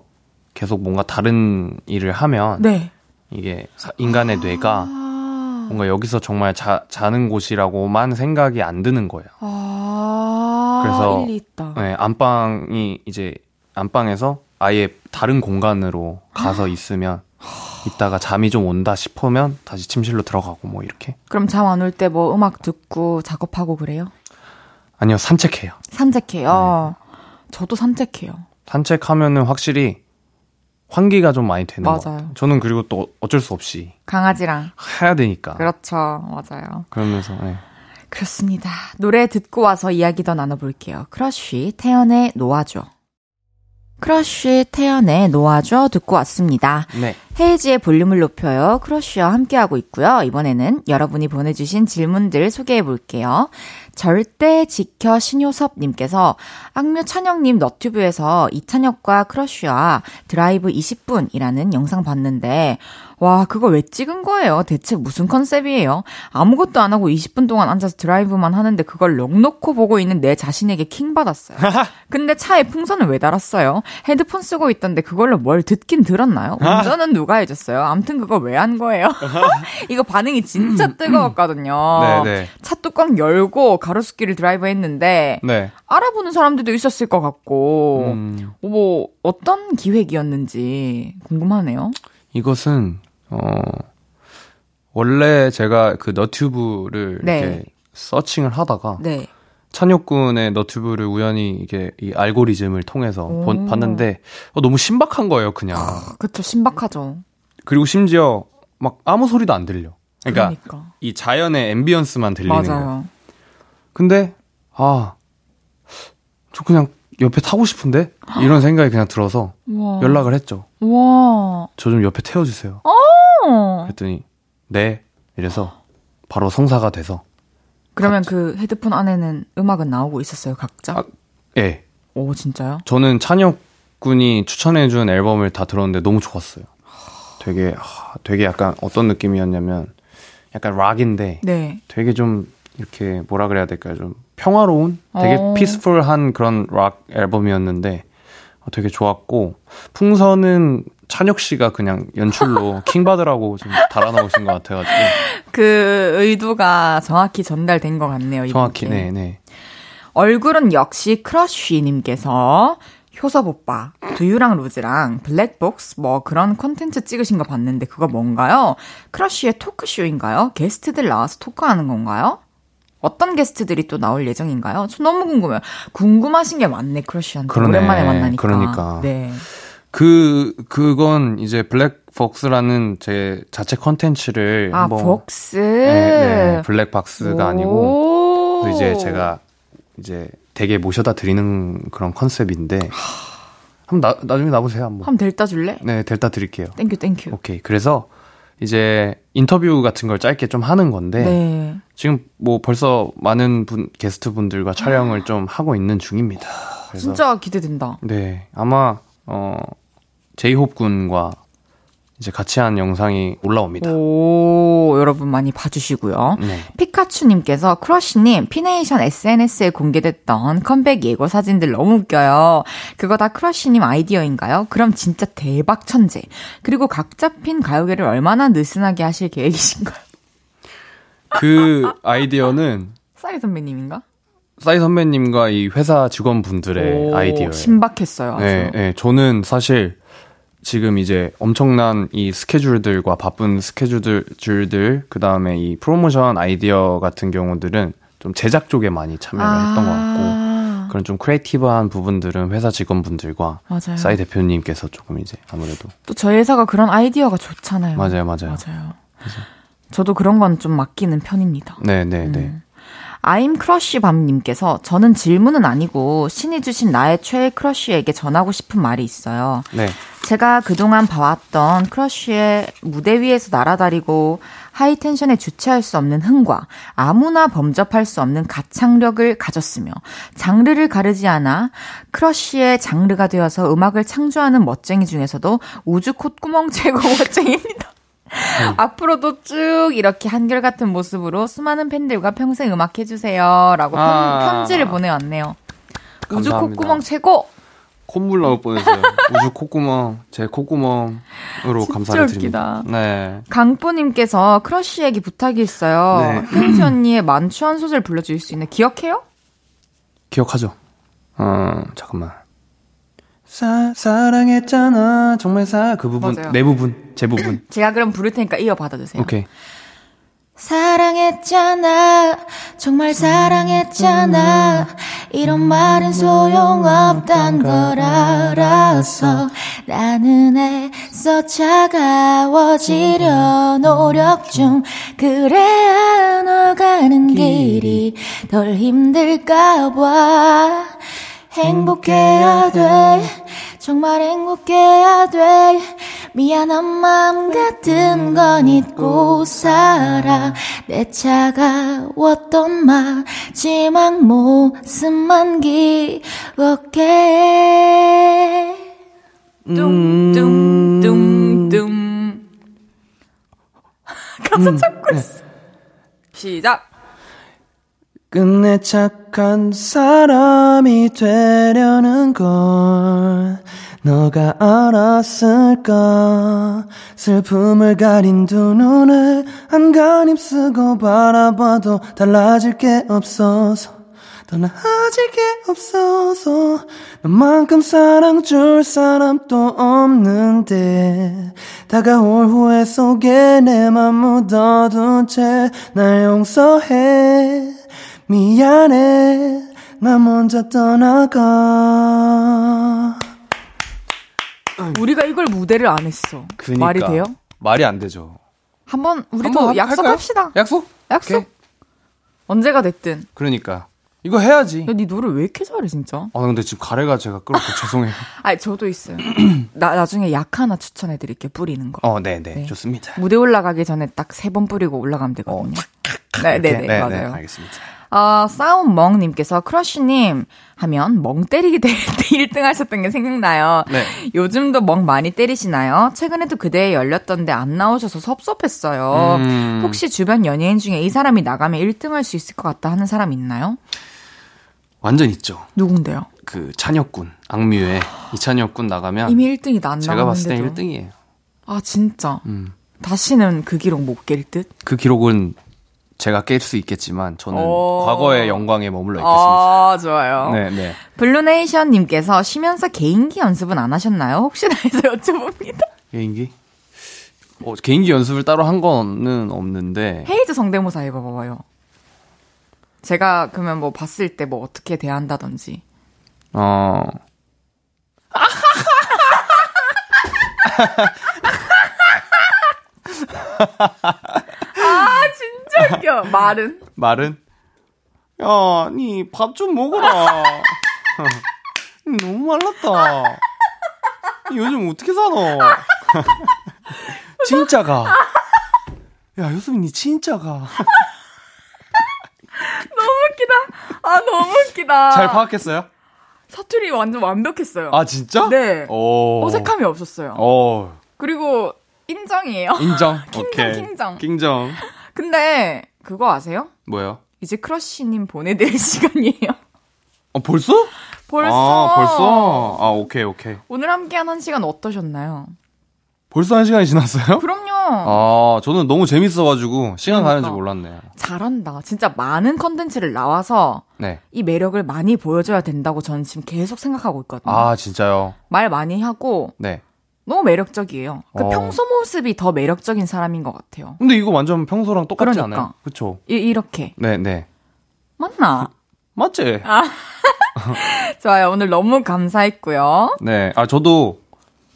S3: 계속 뭔가 다른 일을 하면
S1: 네.
S3: 이게 사- 인간의 뇌가
S1: 아,
S3: 뭔가 여기서 정말 자, 자는 곳이라고만 생각이 안 드는 거예요.
S1: 아,
S3: 그래서-
S1: 일리 있다.
S3: 네, 안방이 이제 안방에서 아예 다른 공간으로 가서 있으면 있다가 잠이 좀 온다 싶으면 다시 침실로 들어가고 뭐 이렇게.
S1: 그럼 잠 안 올 때 뭐 음악 듣고 작업하고 그래요?
S3: 아니요, 산책해요.
S1: 산책해요.
S3: 네.
S1: 저도 산책해요.
S3: 산책하면은 확실히 환기가 좀 많이 되는 것
S1: 맞아요.
S3: 같아요. 저는 그리고 또 어쩔 수 없이
S1: 강아지랑
S3: 해야 되니까.
S1: 그렇죠, 맞아요.
S3: 그러면서 네.
S1: 그렇습니다. 노래 듣고 와서 이야기 더 나눠볼게요. 크러쉬 태연의 놓아줘. 크러쉬 태연의 놓아줘 듣고 왔습니다.
S3: 네.
S1: 헤이지의 볼륨을 높여요. 크러쉬와 함께하고 있고요. 이번에는 여러분이 보내주신 질문들 소개해 볼게요. 절대 지켜 신효섭님께서 악뮤 찬영님 너튜브에서 이찬혁과 크러쉬와 드라이브 20분이라는 영상 봤는데, 와, 그거 왜 찍은 거예요? 대체 무슨 컨셉이에요? 아무것도 안 하고 20분 동안 앉아서 드라이브만 하는데 그걸 넋 놓고 보고 있는 내 자신에게 킹 받았어요. 근데 차에 풍선을 왜 달았어요? 헤드폰 쓰고 있던데 그걸로 뭘 듣긴 들었나요? 운전은 누가 해줬어요? 암튼 그거 왜 한 거예요? [laughs] 이거 반응이
S3: [clears throat]
S1: 진짜 뜨거웠거든요.
S3: 네, 네.
S1: 차 뚜껑 열고 가로수길을 드라이브했는데
S3: 네.
S1: 알아보는 사람들도 있었을 것 같고
S3: 음,
S1: 뭐 어떤 기획이었는지 궁금하네요.
S3: 이것은 어 원래 제가 그 너튜브를
S1: 네.
S3: 이렇게 서칭을 하다가
S1: 네.
S3: 찬혁군의 너튜브를 우연히 이게 이 알고리즘을 통해서
S1: 오.
S3: 본- 봤는데 어, 너무 신박한 거예요, 그냥.
S1: 그쵸 신박하죠.
S3: 그리고 심지어 막 아무 소리도 안 들려. 그러니까,
S1: 그러니까.
S3: 이 자연의 앰비언스만 들리는 거예요.
S1: 맞아요.
S3: 근데 아, 저 그냥 옆에 타고 싶은데 이런 생각이 그냥 들어서
S1: 우와.
S3: 연락을 했죠.
S1: 우와.
S3: 저 좀 옆에 태워주세요.
S1: 어.
S3: 그랬더니 네 이래서 바로 성사가 돼서
S1: 그러면 그 헤드폰 안에는 음악은 나오고 있었어요 각자.
S3: 아. 예
S1: 오 진짜요?
S3: 저는 찬혁 군이 추천해준 앨범을 다 들었는데 너무 좋았어요. 되게 아, 되게 약간 어떤 느낌이었냐면 약간 락인데
S1: 네.
S3: 되게 좀 이렇게 뭐라 그래야 될까요? 좀 평화로운 되게
S1: 어.
S3: 피스풀한 그런 락 앨범이었는데 어, 되게 좋았고 풍선은 찬혁 씨가 그냥
S1: [laughs]
S3: 연출로 킹 받으라고 좀 달아 놓으신 것 같아가지고
S1: 그 의도가 정확히 전달된 것 같네요. 이분께.
S3: 정확히 네네
S1: 얼굴은 역시 크러쉬님께서 효섭 오빠, 두유랑 로즈랑 블랙복스 뭐 그런 컨텐츠 찍으신 거 봤는데 그거 뭔가요? 크러쉬의 토크쇼인가요? 게스트들 나와서 토크하는 건가요? 어떤 게스트들이 또 나올 예정인가요? 저 너무 궁금해요. 궁금하신 게 많네, 크러쉬한테.
S3: 그러네.
S1: 오랜만에 만나니까.
S3: 그러니까.
S1: 네.
S3: 그 그건 이제 블랙박스라는 제 자체 컨텐츠를
S1: 아,
S3: 한번
S1: 복스.
S3: 뭐. 네, 네, 블랙박스가 아니고
S1: 아니고
S3: 또 이제 제가 이제 되게 모셔다 드리는 그런 컨셉인데 한번 나, 나중에 나보세요 한번
S1: 한번 델따 줄래?
S3: 네 델타 드릴게요
S1: 땡큐 땡큐.
S3: 오케이 그래서 이제 인터뷰 같은 걸 짧게 좀 하는 건데
S1: 네.
S3: 지금 뭐 벌써 많은 분 게스트 분들과 촬영을 좀 하고 있는 중입니다 그래서
S1: 진짜 기대된다.
S3: 네 아마 어 제이홉 군과 이제 같이 한 영상이 올라옵니다
S1: 오, 여러분 많이 봐주시고요.
S3: 네.
S1: 피카츄님께서 크러쉬님 피네이션 SNS에 공개됐던 컴백 예고 사진들 너무 웃겨요. 그거 다 크러쉬님 아이디어인가요? 그럼 진짜 대박 천재. 그리고 각 잡힌 가요계를 얼마나 느슨하게 하실 계획이신가요? [laughs]
S3: 그 아이디어는
S1: 싸이 선배님인가?
S3: 싸이 선배님과 이 회사 직원분들의
S1: 오,
S3: 아이디어예요.
S1: 신박했어요. 아주.
S3: 네, 네, 저는 사실 지금 이제 엄청난 이 스케줄들과 바쁜 스케줄들 줄들 그 다음에 이 프로모션 아이디어 같은 경우들은 좀 제작 쪽에 많이 참여를 했던 것 같고
S1: 아,
S3: 그런 좀 크리에이티브한 부분들은 회사 직원분들과
S1: 맞아요.
S3: 싸이 대표님께서 조금 이제 아무래도
S1: 또 저희 회사가 그런 아이디어가 좋잖아요.
S3: 맞아요, 맞아요.
S1: 네. 맞아요. 저도 그런 건 좀 맡기는 편입니다.
S3: 네, 네, 네.
S1: 아임 크러쉬 밤님께서 저는 질문은 아니고 신이 주신 나의 최애 크러쉬에게 전하고 싶은 말이 있어요.
S3: 네.
S1: 제가 그동안 봐왔던 크러쉬의 무대 위에서 날아다니고 하이텐션에 주체할 수 없는 흥과 아무나 범접할 수 없는 가창력을 가졌으며 장르를 가르지 않아 크러쉬의 장르가 되어서 음악을 창조하는 멋쟁이 중에서도 우주 콧구멍 최고 [laughs] 멋쟁이입니다.
S3: 네.
S1: 앞으로도 쭉 이렇게 한결같은 모습으로 수많은 팬들과 평생 음악 해주세요. 라고 편-
S3: 아.
S1: 편지를 보내왔네요. 우주
S3: 감사합니다.
S1: 콧구멍 최고!
S3: 콧물
S1: [laughs]
S3: 나올 뻔했어요. 우주 콧구멍, 제 콧구멍으로 감사를 드립니다.
S1: 웃기다.
S3: 네.
S1: 강뽀님께서 크러쉬에게 부탁이 있어요.
S3: 네.
S1: 현지 언니의 만추 한 소절 불러주실 수 있나 기억해요?
S3: 기억하죠? 어, 잠깐만. 사, 사랑했잖아. 정말 사, 그 부분.
S1: 맞아요. 네.
S3: 내 부분. 제 부분.
S1: 제가 그럼 부를 테니까 이어 받아주세요.
S3: 오케이.
S8: 사랑했잖아 정말 사랑했잖아 이런 말은 소용없단 걸 알았어 나는 애써 차가워지려 노력 중 그래야 너 가는 길이 덜 힘들까봐 행복해야 돼 정말 행복해야 돼 미안한 마음 같은 건 잊고 살아 내 차가웠던 마지막 모습만 기억해
S1: 음. 뚱뚱뚱뚱 [laughs]
S3: 음.
S1: 가사 찾고
S3: 네.
S1: 있어. 시작.
S3: 끝내 착한 사람이 되려는 걸 너가 알았을까 슬픔을 가린 두 눈을 한 가림 쓰고 바라봐도 달라질 게 없어서 더 나아질 게 없어서 너만큼 사랑 줄 사람 또 없는데 다가올 후회 속에 내 맘 묻어둔 채 날 용서해 미안해 나 먼저 떠나가
S1: 우리가 이걸 무대를 안 했어.
S3: 그니까.
S1: 말이 돼요?
S3: 그러니까 말이 안 되죠
S1: 한번 우리도
S3: 한번
S1: 약속합시다.
S3: 할까요? 약속?
S1: 약속.
S3: 오케이.
S1: 언제가 됐든.
S3: 그러니까 이거 해야지
S1: 야, 네 노래 왜 이렇게 잘해 진짜?
S3: 아 근데 지금 가래가 제가
S1: [laughs]
S3: 끓었고 죄송해요
S1: 아, 저도 있어요. [clears throat] 나 나중에 약 하나 추천해 드릴게요. 뿌리는 거.
S3: 어 네네
S1: 네.
S3: 좋습니다
S1: 무대 올라가기 전에 딱 세 번 뿌리고 올라가면 되거든요. 네, 네,
S3: 어, 이렇게?
S1: 네,
S3: 네,
S1: 맞아요.
S3: 네, 알겠습니다
S1: 아, 싸움멍님께서 크러쉬님 하면 멍 때리기 [laughs] 대회 때 1등 하셨던 게 생각나요.
S3: 네.
S1: 요즘도 멍 많이 때리시나요? 최근에도 그대에 열렸던데 안 나오셔서 섭섭했어요.
S3: 음.
S1: 혹시 주변 연예인 중에 이 사람이 나가면 1등 할 수 있을 것 같다 하는 사람 있나요?
S3: 완전 있죠
S1: 누군데요?
S3: 그 찬혁군 악뮤의 이찬혁군 나가면
S1: 이미 1등이 나안 나오는데도.
S3: 아, 제가 봤을 땐 1등이에요
S1: 아, 진짜.
S3: 음.
S1: 다시는 그 기록 못 깰 듯?
S3: 그 기록은 제가 깰 수 있겠지만 저는
S1: 오.
S3: 과거의 영광에 머물러 있겠습니다
S1: 아, 어. 좋아요.
S3: 네, 네.
S1: 블루네이션님께서 쉬면서 개인기 연습은 안 하셨나요? 혹시나 해서 [laughs] 여쭤봅니다.
S3: 개인기? 어, 개인기 연습을 따로 한 거는 없는데
S1: 헤이즈 성대모사 읽어봐봐요. 제가 그러면 뭐 봤을 때 뭐 어떻게 대한다든지.
S3: 어.
S1: 아, 진짜 웃겨. [laughs] 말은.
S3: 말은 야, 니 밥 좀 먹어라. [laughs] 너무 말랐다. 니 요즘 어떻게 사노? [laughs] 진짜가. 야, 요수민 니 진짜가.
S1: 너무 웃기다. 아, 너무 웃기다.
S3: 잘 파악했어요?
S1: 사투리 완전 완벽했어요.
S3: 아, 진짜?
S1: 네.
S3: 오.
S1: 어색함이 없었어요.
S3: 오.
S1: 그리고 인정이에요.
S3: 인정.
S1: [laughs] 킹정, 킹정.
S3: 킹정.
S1: 근데 그거 아세요?
S3: 뭐예요?
S1: 이제 크러쉬님 보내드릴 [laughs] 시간이에요.
S3: 어, 벌써?
S1: 벌써.
S3: 아, 벌써? 아, 오케이, 오케이.
S1: 오늘 함께한 한 시간 어떠셨나요?
S3: 벌써 한 시간이 지났어요?
S1: 그럼요.
S3: 아, 저는 너무 재밌어가지고, 시간 가는 줄
S1: 그러니까.
S3: 몰랐네요.
S1: 잘한다. 진짜 많은 컨텐츠를 나와서
S3: 네.
S1: 이 매력을 많이 보여줘야 된다고 저는 지금 계속 생각하고 있거든요.
S3: 아, 진짜요?
S1: 말 많이 하고
S3: 네.
S1: 너무 매력적이에요. 그
S3: 어.
S1: 평소 모습이 더 매력적인 사람인 것 같아요.
S3: 근데 이거 완전 평소랑 똑같지
S1: 그러니까.
S3: 않아요? 그쵸?
S1: 이, 이렇게
S3: 네, 네.
S1: 맞나? [laughs] 아,
S3: 맞지?
S1: 좋아요. 오늘 너무 감사했고요.
S3: 네. 아, 저도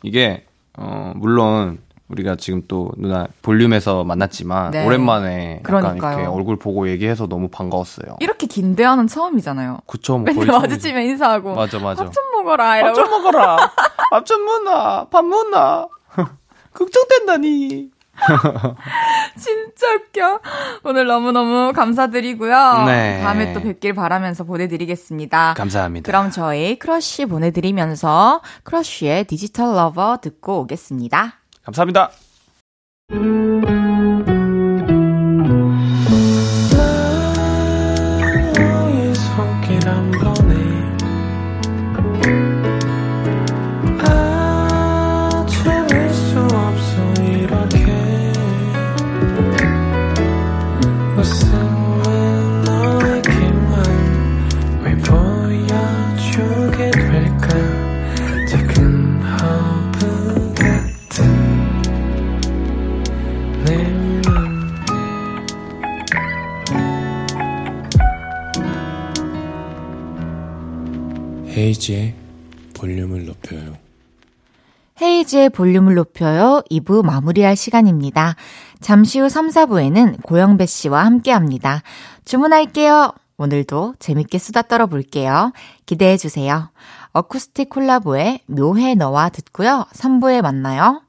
S3: 이게, 어, 물론, 우리가 지금 또 누나 볼륨에서 만났지만,
S1: 네.
S3: 오랜만에 약간
S1: 그러니까요.
S3: 이렇게 얼굴 보고 얘기해서 너무 반가웠어요.
S1: 이렇게 긴 대화는 처음이잖아요.
S3: 그쵸, 뭐 거의
S1: 맨날 마주치면 인사하고
S3: 맞아, 맞아.
S1: 밥 좀 먹어라 이러고
S3: 밥 좀 먹어라. 밥 좀 먹나. 밥 먹나. [laughs] 걱정된다니.
S1: [laughs] 진짜 웃겨. 오늘 너무너무 감사드리고요.
S3: 네.
S1: 다음에 또 뵙길 바라면서 보내드리겠습니다. 아,
S3: 감사합니다.
S1: 그럼 저희 크러쉬 보내드리면서 크러쉬의 디지털 러버 듣고 오겠습니다.
S3: 감사합니다.
S6: 나의 손길 한 번에 아 참을 수 없어 이렇게 웃음은 너에게만 왜 보여주게 될까 작은 허브 같은 내맘 헤이지의 볼륨을 높여요.
S8: 헤이즈의 볼륨을 높여요. 2부 마무리할 시간입니다. 잠시 후 3, 4부에는 고영배 씨와 함께 합니다. 주문할게요. 오늘도 재밌게 수다 떨어볼게요. 기대해주세요. 어쿠스틱 콜라보의 묘해 너와 듣고요. 3부에 만나요.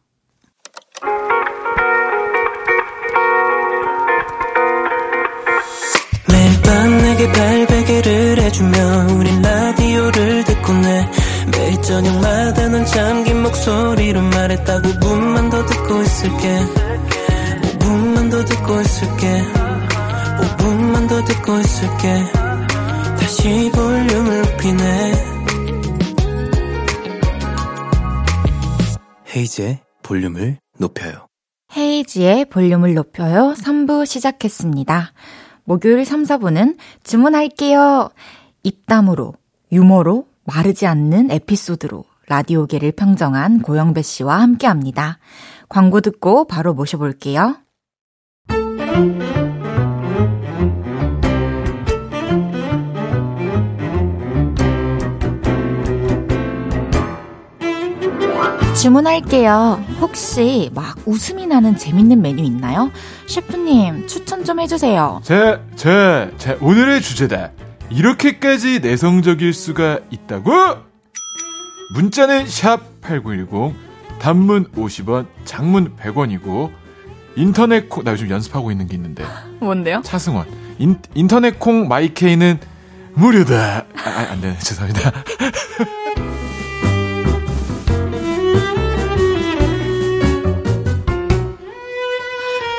S9: 매일 밤 내게 발베개를 해주며 우린 라디오를 듣곤 해 매일 저녁마다 난 잠긴 목소리로 말했다 5분만 더 듣고 있을게 5분만 더 듣고 있을게 5분만 더 듣고 있을게 다시 볼륨을 높이네 헤이즈의 볼륨을 높여요
S8: 헤이지의 볼륨을 높여요. 3부 시작했습니다. 목요일 3, 4부는 주문할게요. 입담으로, 유머로, 마르지 않는 에피소드로 라디오계를 평정한 고영배 씨와 함께 합니다. 광고 듣고 바로 모셔볼게요. 주문할게요. 혹시 막 웃음이 나는 재밌는 메뉴 있나요? 셰프님, 추천 좀 해주세요.
S10: 제, 제, 제 오늘의 주제다. 이렇게까지 내성적일 수가 있다고? 문자는 샵 8910, 단문 50원, 장문 100원이고 인터넷 콩, 나 요즘 연습하고 있는 게 있는데
S1: 뭔데요?
S10: 차승원 인, 인터넷 콩 마이케이는 무료다. 아, 아, 안 되네 [laughs] 죄송합니다.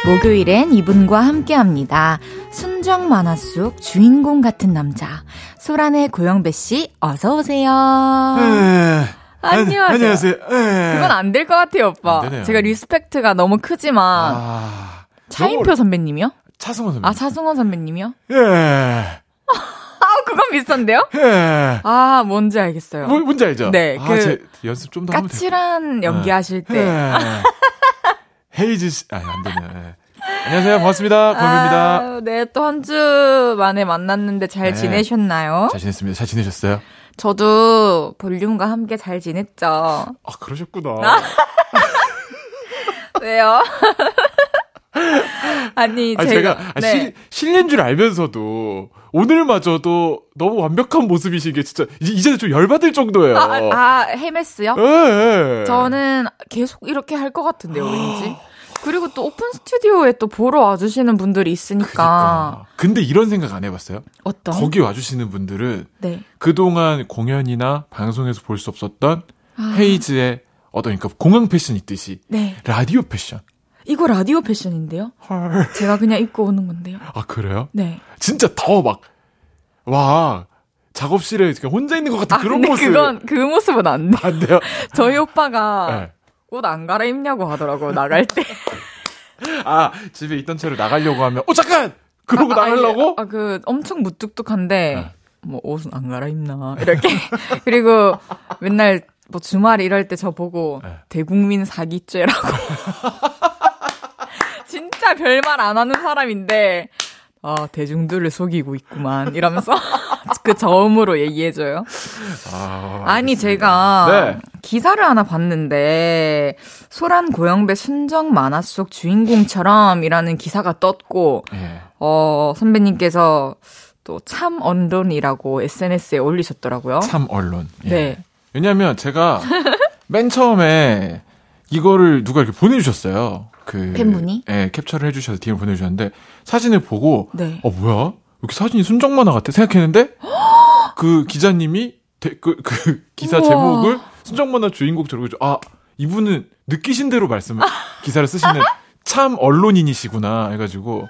S8: 목요일엔 이분과 함께합니다. 순정 만화 속 주인공 같은 남자 소란의 고영배 씨 어서 오세요.
S10: 에,
S1: 아, 안녕하세요.
S10: 아, 안녕하세요. 예. 에.
S1: 그건 안 될 것 같아요,
S10: 안
S1: 오빠.
S10: 되네요.
S1: 제가 리스펙트가 너무 크지만
S10: 아,
S1: 차인표
S10: 너무
S1: 선배님이요?
S10: 차승원 선배.
S1: 아 차승원 선배님이요?
S10: 예.
S1: 아 그건 비슷한데요?
S10: 예.
S1: 아 뭔지 알겠어요.
S10: 뭐, 뭔지 알죠?
S1: 네,
S10: 아,
S1: 그
S10: 제 연습 좀 더 하면 될
S1: 까칠한
S10: 네.
S1: 연기하실 때.
S10: 예. 헤이즈 씨, 아, 안 되네. 예. 안녕하세요. 반갑습니다. 권비입니다.
S1: 아, 네, 또 한 주 만에 만났는데 잘
S10: 네.
S1: 지내셨나요?
S10: 잘 지냈습니다. 잘 지내셨어요?
S1: 저도 볼륨과 함께 잘 지냈죠.
S10: 아, 그러셨구나.
S1: 왜요? [laughs] 아니, 제가.
S10: 아,
S1: 네.
S10: 제가 아, 실, 실린 줄 알면서도 오늘마저도 너무 완벽한 모습이신 게 진짜 이제, 이제는 좀 열받을 정도예요.
S1: 아, 아, 아, 헤메스요?
S10: 예, 예.
S1: 저는 계속 이렇게 할 것 같은데요,
S10: [gasps]
S1: 왠지. 그리고 또 오픈 스튜디오에 또 보러 와주시는 분들이 있으니까.
S10: 그러니까. 근데 이런 생각 안 해봤어요?
S1: 어떤?
S10: 거기 와주시는 분들은
S1: 네.
S10: 그동안 공연이나 방송에서 볼 수 없었던
S1: 아.
S10: 헤이즈의 어떤 그러니까 공항 패션 있듯이
S1: 네.
S10: 라디오 패션.
S1: 이거 라디오 패션인데요?
S10: 헐.
S1: 제가 그냥 입고 오는 건데요.
S10: 아 그래요?
S1: 네.
S10: 진짜 더 막 와. 작업실에 그냥 혼자 있는 것 같은
S1: 아,
S10: 그런
S1: 근데
S10: 모습.
S1: 그건, 그 모습은 안 돼.
S10: [laughs] 안 돼요.
S1: 저희 오빠가
S10: 네.
S1: 옷 안 갈아입냐고 하더라고요, 나갈 때.
S10: 아, 집에 있던 채로 나가려고 하면 어 잠깐! 그러고
S1: 아,
S10: 나가려고? 네.
S1: 아니, 아, 그 엄청 무뚝뚝한데 뭐 옷은 안 갈아입나 이렇게 [laughs] 그리고 맨날 뭐 주말에 이럴 때 저 보고
S10: 네.
S1: 대국민 사기죄라고 [laughs] 진짜 별말 안 하는 사람인데 아 대중들을 속이고 있구만 이러면서 [laughs] 그 저음으로 얘기해줘요.
S10: 아,
S1: 아니 제가
S10: 네.
S1: 기사를 하나 봤는데 소란 고영배 순정 만화 속 주인공처럼이라는 기사가 떴고
S10: 예.
S1: 어, 선배님께서 또 참 언론이라고 SNS에 올리셨더라고요.
S10: 참 언론. 예.
S1: 네.
S10: 왜냐면
S1: [laughs]
S10: 제가 맨 처음에 이거를 누가 이렇게 보내주셨어요. 그
S8: 팬분이?
S10: 예, 캡처를 해주셔서 DM을 보내주셨는데 사진을 보고
S1: 네.
S10: 어 뭐야? 이렇게 사진이 순정 만화 같아 생각했는데 [gasps] 그 기자님이 데- 그, 그 [laughs] 기사
S1: 우와.
S10: 제목을 순정 만화 주인공처럼 해줘. 아 이분은 느끼신
S1: [laughs]
S10: 대로 말씀을 기사를 쓰시는 참 언론인이시구나 해가지고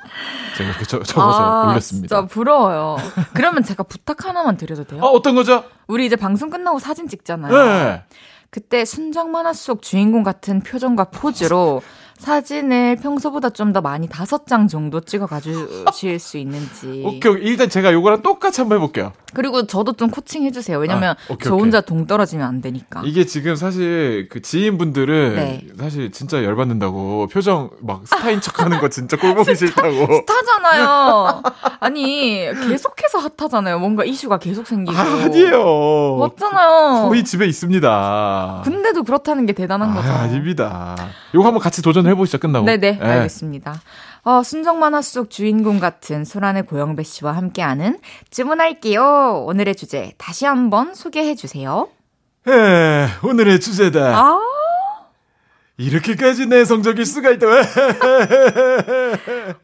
S10: 제가 이렇게 적- 적어서
S1: 아,
S10: 올렸습니다.
S1: 진짜 부러워요. 그러면 제가 부탁 하나만 드려도 돼요?
S10: 아 어떤 거죠?
S1: 우리 이제 방송 끝나고 사진 찍잖아요.
S10: 네.
S1: 그때 순정 만화 속 주인공 같은 표정과 포즈로 사진을 평소보다 좀 더 많이 다섯 장 정도 찍어 가주실 수 있는지.
S10: [laughs] 오케이, 오케이. 일단 제가 요거랑 똑같이 한번 해볼게요.
S1: 그리고 저도 좀 코칭해 주세요. 왜냐면
S10: 아, 오케이,
S1: 저
S10: 오케이.
S1: 혼자 동 떨어지면 안 되니까.
S10: 이게 지금 사실 그 지인분들은
S1: 아. 네.
S10: 사실 진짜 열받는다고 표정 막 스타인 척 하는 거 진짜
S1: [laughs]
S10: 꼴보기 싫다고.
S1: 핫하잖아요. 아니 계속해서 핫하잖아요. 뭔가 이슈가 계속 생기고.
S10: 아, 아니에요.
S1: 뭐 맞잖아요.
S10: 거의 집에 있습니다.
S1: 어. 근데도 그렇다는 게 대단한 거죠.
S10: 아, 아닙니다. 요거 한번 같이 도전해보시죠, 끝나고.
S1: 네네
S10: 예.
S1: 알겠습니다. 어, 순정 만화 속 주인공 같은 소란의 고영배 씨와 함께하는 주문할게요. 오늘의 주제 다시 한번 소개해 주세요.
S10: 예, 오늘의 주제다.
S1: 아
S10: 이렇게까지 내성적일 수가 있다.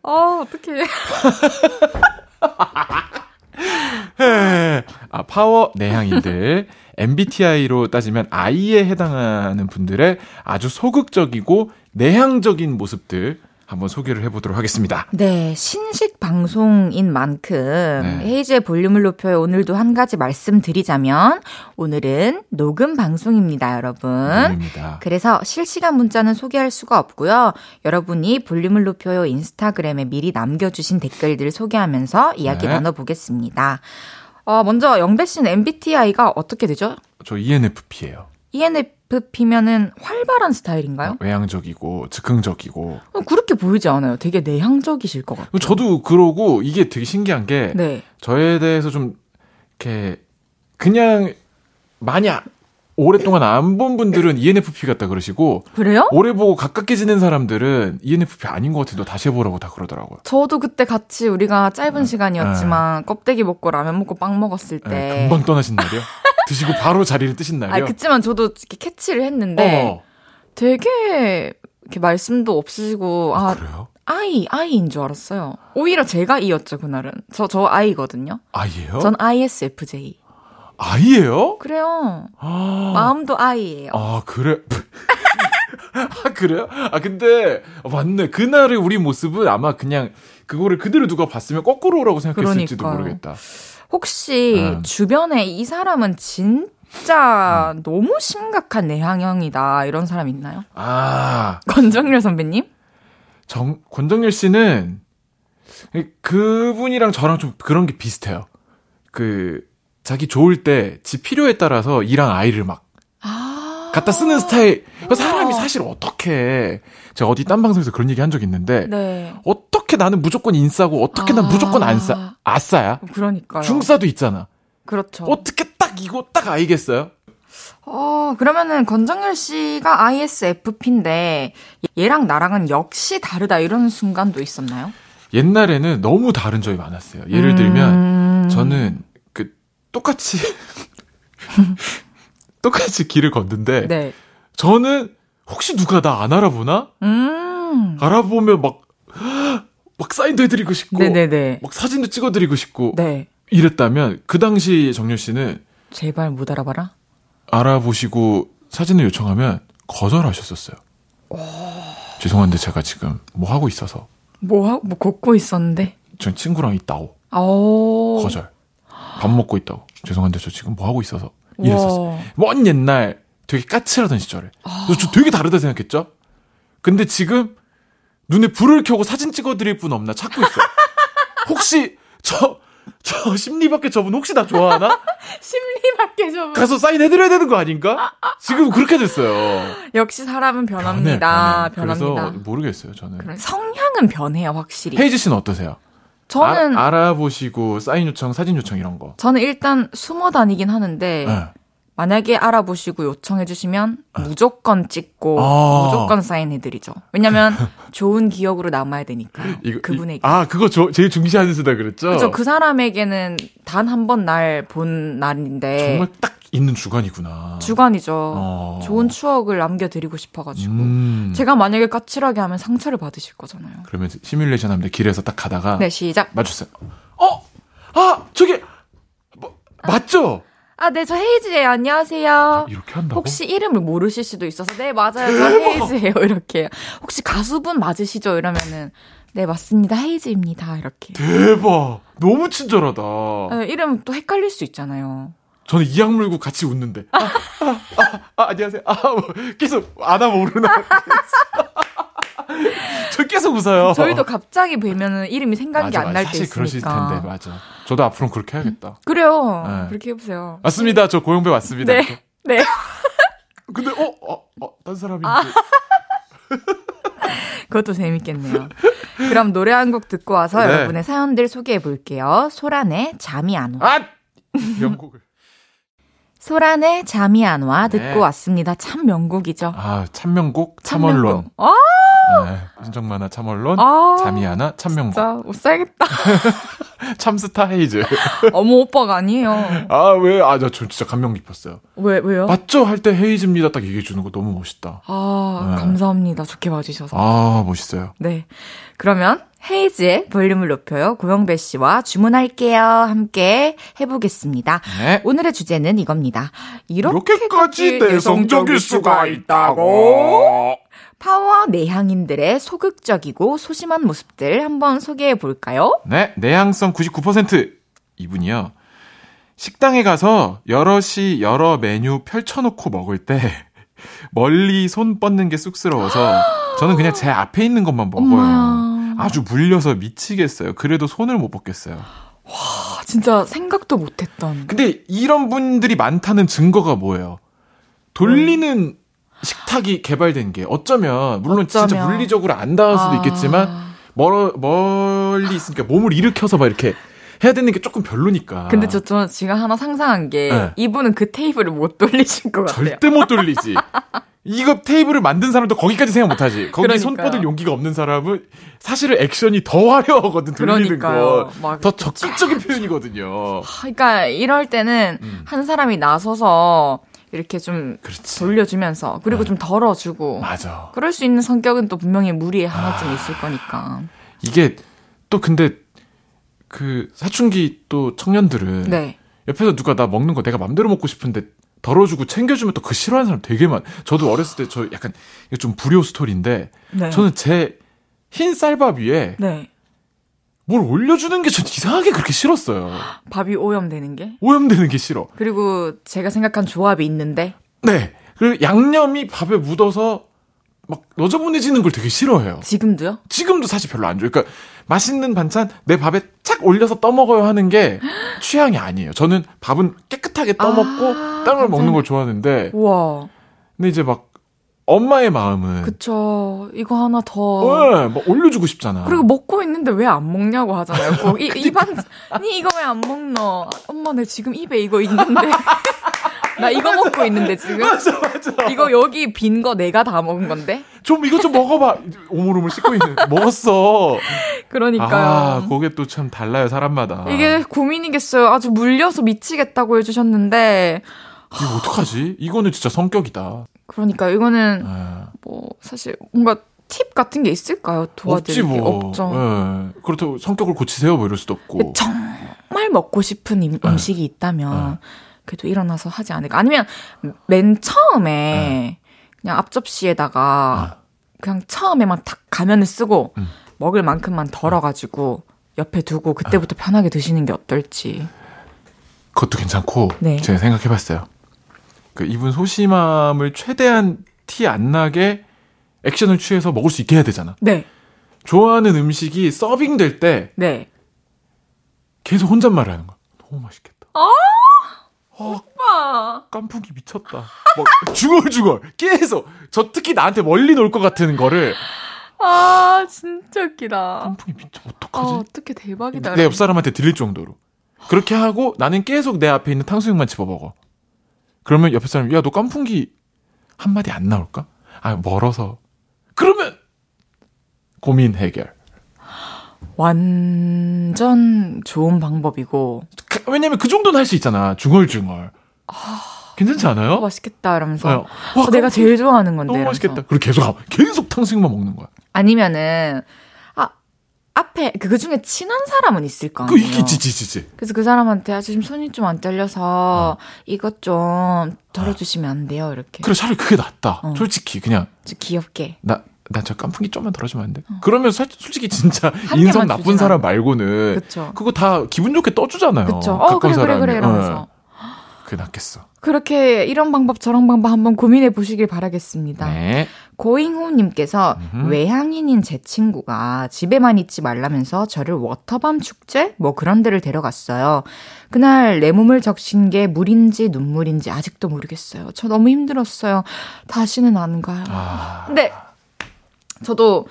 S1: 어, 어떡해.
S10: 헤헤헤. 아, 파워
S1: [laughs]
S10: 내향인들. MBTI로 따지면 I에 해당하는 분들의 아주 소극적이고 내향적인 모습들 한번 소개를 해보도록 하겠습니다.
S1: 네, 신식 방송인 만큼
S10: 네.
S1: 헤이즈의 볼륨을 높여요. 오늘도 한 가지 말씀드리자면 오늘은 녹음 방송입니다, 여러분.
S10: 입니다.
S1: 그래서 실시간 문자는 소개할 수가 없고요. 여러분이 볼륨을 높여요 인스타그램에 미리 남겨주신 댓글들 소개하면서 이야기
S10: 네.
S1: 나눠보겠습니다. 어, 먼저 영배 씨는 MBTI가 어떻게 되죠?
S10: 저 E ENFP예요.
S1: ENFP면은 활발한 스타일인가요?
S10: 외향적이고 즉흥적이고.
S1: 어, 그렇게 보이지 않아요. 되게 내향적이실 것 같아요.
S10: 저도 그러고 이게 되게 신기한 게
S1: 네.
S10: 저에 대해서 좀 이렇게 그냥 많이 아- 오랫동안 안 본 분들은 E ENFP 같다 그러시고
S1: 그래요?
S10: 오래 보고 가깝게 지낸 사람들은 E ENFP 아닌 것 같은데 다시 해보라고 다 그러더라고요.
S1: 저도 그때 같이 우리가
S10: 네.
S1: 짧은 시간이었지만 껍데기 먹고 라면 먹고 빵 먹었을
S10: 예,
S1: 때.
S10: 네. 금방 떠나신
S1: [laughs]
S10: 날이요? 드시고 바로 자리를 뜨신
S1: 네. 아,
S10: 날이요? 어.
S1: 그치만 네. 저도 이렇게 캐치를 했는데 되게 이렇게 말씀도 없으시고 아
S10: 그래요?
S1: 아이 아이인 줄 알았어요. 오히려 제가 이었죠 그날은. 저 저 아이거든요.
S10: 아이예요?
S1: 전 ISFJ.
S10: 아이예요?
S1: E. 그래요.
S10: 아,
S1: 마음도 아이예요.
S10: 아 그래? [laughs] 아 그래요? 아 근데 어, 맞네. 그날의 우리 모습은 아마 그냥 그거를 그대로 누가 봤으면 거꾸로 오라고 생각했을지도
S1: 그러니까요.
S10: 모르겠다.
S1: 혹시
S10: 음.
S1: 주변에 이 사람은 진짜 너무 심각한 내향형이다 이런 사람 있나요? [laughs]
S10: 아
S1: 권정열 선배님?
S10: 정, 권정열 씨는 그분이랑 저랑 좀 그런 게 비슷해요. 그 자기 좋을 때 지 필요에 따라서 이랑 아이를 막
S1: 아.
S10: 갖다 쓰는 스타일. 그 사람이
S1: 우와.
S10: 사실 어떻게 제가 어디 딴 방송에서 그런 얘기 한 적 있는데
S1: 네.
S10: 어떻게 나는 무조건 인싸고 어떻게 난
S1: 아.
S10: 무조건 안싸 아싸야.
S1: 그러니까요.
S10: 중싸도 있잖아.
S1: 그렇죠.
S10: 어떻게 딱 이거 딱 알겠어요?
S1: 어, 그러면은 권정열 씨가 ISFP인데 얘랑 나랑은 역시 다르다 이런 순간도 있었나요?
S10: 옛날에는 너무 다른 점이 많았어요. 예를 들면
S1: 음.
S10: 저는 그 똑같이 [laughs] 똑같이 길을 걷는데
S1: 네.
S10: 저는 혹시 누가 나 안 알아보나?
S1: 음.
S10: 알아보면 막, 막 사인도 해드리고 싶고,
S1: 네네네.
S10: 막 사진도 찍어드리고 싶고,
S1: 네.
S10: 이랬다면, 그 당시 정렬 씨는
S1: 제발 못 알아봐라.
S10: 알아보시고 사진을 요청하면 거절하셨었어요. 죄송한데 제가 지금 뭐 하고 있어서,
S1: 뭐, 하- 뭐 걷고 있었는데.
S10: 전 친구랑 있다고,
S1: 어.
S10: 거절. 밥 먹고 있다고, 죄송한데 저 지금 뭐 하고 있어서,
S1: 우와.
S10: 이랬었어요. 먼 옛날 되게 까칠하던 시절에. 그래서 저 되게 다르다 생각했죠? 근데 지금 눈에 불을 켜고 사진 찍어드릴 분 없나 찾고 있어요. [laughs] 혹시 저, 저 심리밖에 저분 혹시 나 좋아하나?
S1: 심리 밖에 좀.
S10: 가서 사인해드려야 되는 거 아닌가? 지금 그렇게 됐어요.
S1: 역시 사람은 변합니다.
S10: 변해, 변해.
S1: 변합니다.
S10: 그래서 모르겠어요, 저는.
S1: 그런- 성향은 변해요, 확실히.
S10: 헤이즈 씨는 어떠세요?
S1: 저는,
S10: 아, 알아보시고 사인 요청, 사진 요청 이런 거.
S1: 저는 일단 숨어 다니긴 하는데.
S10: 네.
S1: 만약에 알아보시고 요청해주시면 무조건 찍고
S10: 아.
S1: 무조건 사인해드리죠.
S10: [laughs]
S1: 왜냐면 좋은 기억으로 남아야 되니까
S10: 이거- 이-
S1: 그분에게.
S10: 아, 그거 저, 제일 중시하는 수다 그랬죠?
S1: 그죠? 그 사람에게는 단 한 번 날 본 날인데
S10: 정말 딱 있는 주관이구나.
S1: 주관이죠.
S10: 어.
S1: 좋은 추억을 남겨드리고 싶어가지고
S10: 음.
S1: 제가 만약에 까칠하게 하면 상처를 받으실 거잖아요.
S10: 그러면 시뮬레이션 하면 돼. 길에서 딱 가다가
S1: 네 시작.
S10: 맞췄어요. 어? 아, 저기 뭐, 맞죠?
S1: 아 네 저 헤이즈예요. 안녕하세요.
S10: 아, 이렇게 한다고?
S1: 어? 혹시 이름을 모르실 수도 있어서 네 맞아요 저
S10: [laughs]
S1: 헤이즈예요 이렇게 혹시 가수분 맞으시죠 이러면은 네 맞습니다 헤이즈입니다 이렇게
S10: 대박. 너무 친절하다.
S1: 네, 이름 또 헷갈릴 수 있잖아요
S10: 저는 이악 물고 같이 웃는데. 아, 아, 아, 아, 안녕하세요. 아, 뭐, 계속 아나 모르나. [laughs] 저 계속 웃어요.
S1: 저희도 갑자기 뵈면은 이름이 생각이 안 날 때
S10: 사실
S1: 있으니까
S10: 그러실 텐데 맞아. 저도 앞으로 는 그렇게 해야겠다.
S1: 그래요
S10: 네.
S1: 그렇게 해보세요
S10: 맞습니다. 저 고영배 맞습니다.
S1: 네 네. 아.
S10: 근데 어, 어, 어, 딴 사람인데.
S1: 그것도 재밌겠네요. 그럼 노래 한 곡 듣고 와서
S10: 네.
S1: 여러분의 사연들 소개해 볼게요. 소란의 잠이 안 와.
S10: 아, 명곡을.
S1: 소란의 잠이 안 와
S10: 네.
S1: 듣고 왔습니다. 참 명곡이죠.
S10: 아, 참명곡 참언론.
S1: 참명곡. 아,
S10: 네, 신정 만화 참언론,
S1: 아.
S10: 잠이 하나 참명곡,
S1: 진짜 못 살겠다.
S10: 참스타
S1: [laughs]
S10: 헤이즈.
S1: 어머 오빠가 아니에요.
S10: 아 왜? 아 나 저 진짜 감명 깊었어요.
S1: 왜 왜요?
S10: 맞죠? 할 때 헤이즈입니다. 딱 얘기해 주는 거 너무 멋있다.
S1: 아,
S10: 네.
S1: 감사합니다. 좋게 봐주셔서.
S10: 아 멋있어요.
S1: 네. 그러면 헤이즈의 볼륨을 높여요. 고영배 씨와 주문할게요. 함께 해보겠습니다.
S10: 네.
S1: 오늘의 주제는 이겁니다. 이렇게까지
S10: 이렇게까지 내성적일 수가 있다고.
S1: 파워 내향인들의 소극적이고 소심한 모습들 한번 소개해 볼까요?
S10: 네, 내향성 99% 이분이요. 식당에 가서 여럿이 여러 메뉴 펼쳐놓고 먹을 때 [laughs] 멀리 손 뻗는 게 쑥스러워서 저는 그냥 제 앞에 있는 것만 먹어요.
S1: 엄마야.
S10: 아주 물려서 미치겠어요. 그래도 손을 못 뻗겠어요.
S1: 아, 진짜 생각도 못했던.
S10: 근데 이런 분들이 많다는 증거가 뭐예요? 돌리는 식탁이 개발된 게 어쩌면 물론 진짜
S1: 음. 어쩌면.
S10: 물리적으로 안 닿을 수도
S1: 아.
S10: 있겠지만 멀, 멀리 있으니까 몸을 일으켜서 막 이렇게 해야 되는 게 조금 별로니까.
S1: 근데 저, 저 지금 하나 상상한 게
S10: 네.
S1: 이분은 그 테이블을 못 돌리실 것 같아요.
S10: 절대 못 돌리지. 이거 테이블을 만든 사람도 거기까지 생각 못 하지. 거기 손
S1: 그러니까요.
S10: 뻗을 용기가 없는 사람은 사실은 액션이 더 화려하거든, 돌리는
S1: 그러니까요.
S10: 건.
S1: 막
S10: 더 적극적인 표현이거든요.
S1: 아, 그러니까 이럴 때는 한 사람이 나서서 이렇게 좀
S10: 그렇지.
S1: 돌려주면서 그리고 좀 덜어주고
S10: 맞아.
S1: 그럴 수 있는 성격은 또 분명히 무리에 하나쯤 있을 거니까.
S10: 이게 또 근데 그 사춘기 또 청년들은
S1: 네.
S10: 옆에서 누가 나 먹는 거 내가 맘대로 먹고 싶은데 덜어주고 챙겨주면 또 그 싫어하는 사람 되게 많. 저도 어렸을 때 저 약간 이거 좀 불효 스토리인데
S1: 네.
S10: 저는 제 흰 쌀밥 위에
S1: 네.
S10: 뭘 올려주는 게 전 이상하게 그렇게 싫었어요.
S1: 밥이 오염되는 게.
S10: 오염되는 게 싫어.
S1: 그리고 제가 생각한 조합이 있는데
S10: 네. 그리고 양념이 밥에 묻어서 막 너저분해지는 걸 되게 싫어해요.
S1: 지금도요?
S10: 지금도 사실 별로 안 좋아요. 그러니까 맛있는 반찬 내 밥에 착 올려서 떠먹어요 하는 게 취향이 아니에요. 저는 밥은 깨끗하게 떠먹고
S1: 아,
S10: 다른 걸
S1: 괜찮네.
S10: 먹는 걸 좋아하는데
S1: 우와.
S10: 근데 이제 막 엄마의 마음은
S1: 그쵸. 이거 하나 더.
S10: 어, 막 올려주고 싶잖아.
S1: 그리고 뭐 먹고 있는데 왜 안 먹냐고 하잖아요. 꼭 이, 입안, 니 이거 왜 안 먹노? 엄마, 내 지금 입에 이거
S10: [laughs]
S1: 있는데. 나 이거 먹고 있는데, 지금.
S10: 맞아 맞아.
S1: 이거 여기 빈 거 내가 다 먹은 건데?
S10: 좀 이거 좀 먹어봐. 오물오물 씹고 있는. [laughs] 먹었어. 아
S1: 그러니까요.
S10: 그게 또 참 달라요 사람마다.
S1: 이게 고민이겠어요. 아주 물려서 미치겠다고 해주셨는데.
S10: 이거 어떡하지? 이거는 진짜 성격이다.
S1: 그러니까 이거는
S10: 예.
S1: 뭐, 사실 뭔가 팁 같은 게 있을까요?
S10: 없지
S1: 도와드릴 게
S10: 뭐.
S1: 없죠.
S10: 예. 그렇다고 성격을 고치세요 뭐 이럴 수도 없고.
S1: 정말 먹고 싶은
S10: 예,
S1: 임- 음식이 있다면 그래도 일어나서 하지 않을까. 아니면 맨
S10: 예.
S1: 처음에 그냥 앞접시에다가 그냥 처음에만 탁 가면을 쓰고
S10: 음. 예.
S1: 먹을 만큼만 덜어가지고 옆에 두고 그때부터 편하게 드시는 게 어떨지.
S10: 그것도 괜찮고
S1: 네.
S10: 제가 생각해봤어요. 그 이분 소심함을 최대한 티 안 나게 액션을 취해서 먹을 수 있게 해야 되잖아.
S1: 네,
S10: 좋아하는 음식이 서빙 될 때
S1: 네.
S10: 계속 혼잣말을 하는 거야. 너무 맛있겠다.
S1: 아!
S10: 아,
S1: 오빠.
S10: 깐풍기 미쳤다. 막 [laughs] 중얼중얼 계속 저 특히 나한테 멀리 놀 것 같은 거를
S1: 아 진짜 웃기다.
S10: 깐풍기 미쳐
S1: 아
S10: 어떡하지?
S1: 어떻게 대박이다.
S10: 내네 옆 사람한테 들릴 정도로. 그렇게 하고 나는 계속 내 앞에 있는 탕수육만 집어 먹어. 그러면 옆에 사람이 야 너 깐풍기 한 마디 안 나올까? 아 멀어서. 그러면 고민 해결.
S1: 완전 좋은 방법이고
S10: 그- 왜냐면 그 정도는 할 수 있잖아. 중얼중얼. 괜찮지
S1: 어,
S10: 않아요?
S1: 맛있겠다 이러면서
S10: 네.
S1: 어, 내가 제일 좋아하는 건데
S10: 너무
S1: 이러면서.
S10: 맛있겠다. 그리고 계속 하- 계속 탕수육만 먹는 거야.
S1: 아니면은 아 앞에 그 중에 친한 사람은 있을 거
S10: 그
S1: 아니에요.
S10: 이게 지지지지.
S1: 그래서 그 사람한테 아 지금 손이 좀 안 잘려서 이것 좀 덜어주시면 안 돼요 이렇게
S10: 어. 그래 차라리 그게 낫다.
S1: 어.
S10: 솔직히 그냥
S1: 좀 귀엽게
S10: 나. 나 저 깐풍기 좀만 덜어주면 안 돼? 그러면 사- 솔직히 진짜
S1: 한
S10: 인성
S1: 개만
S10: 나쁜
S1: 주진
S10: 사람
S1: 않아.
S10: 말고는
S1: 그쵸
S10: 그거 다 기분 좋게 떠주잖아요.
S1: 그쵸 어 그래
S10: 가까운
S1: 그래 그래
S10: 사람이.
S1: 이러면서
S10: 어, 그게 낫겠어.
S1: 그렇게 이런 방법 저런 방법 한번 고민해 보시길 바라겠습니다.
S10: 네.
S1: 고잉호님께서
S10: 음흠.
S1: 외향인인 제 친구가 집에만 있지 말라면서 저를 워터밤 축제 뭐 그런 데를 데려갔어요. 그날 내 몸을 적신 게 물인지 눈물인지 아직도 모르겠어요. 저 너무 힘들었어요. 다시는 안 가요.
S10: 아,
S1: 근데 저도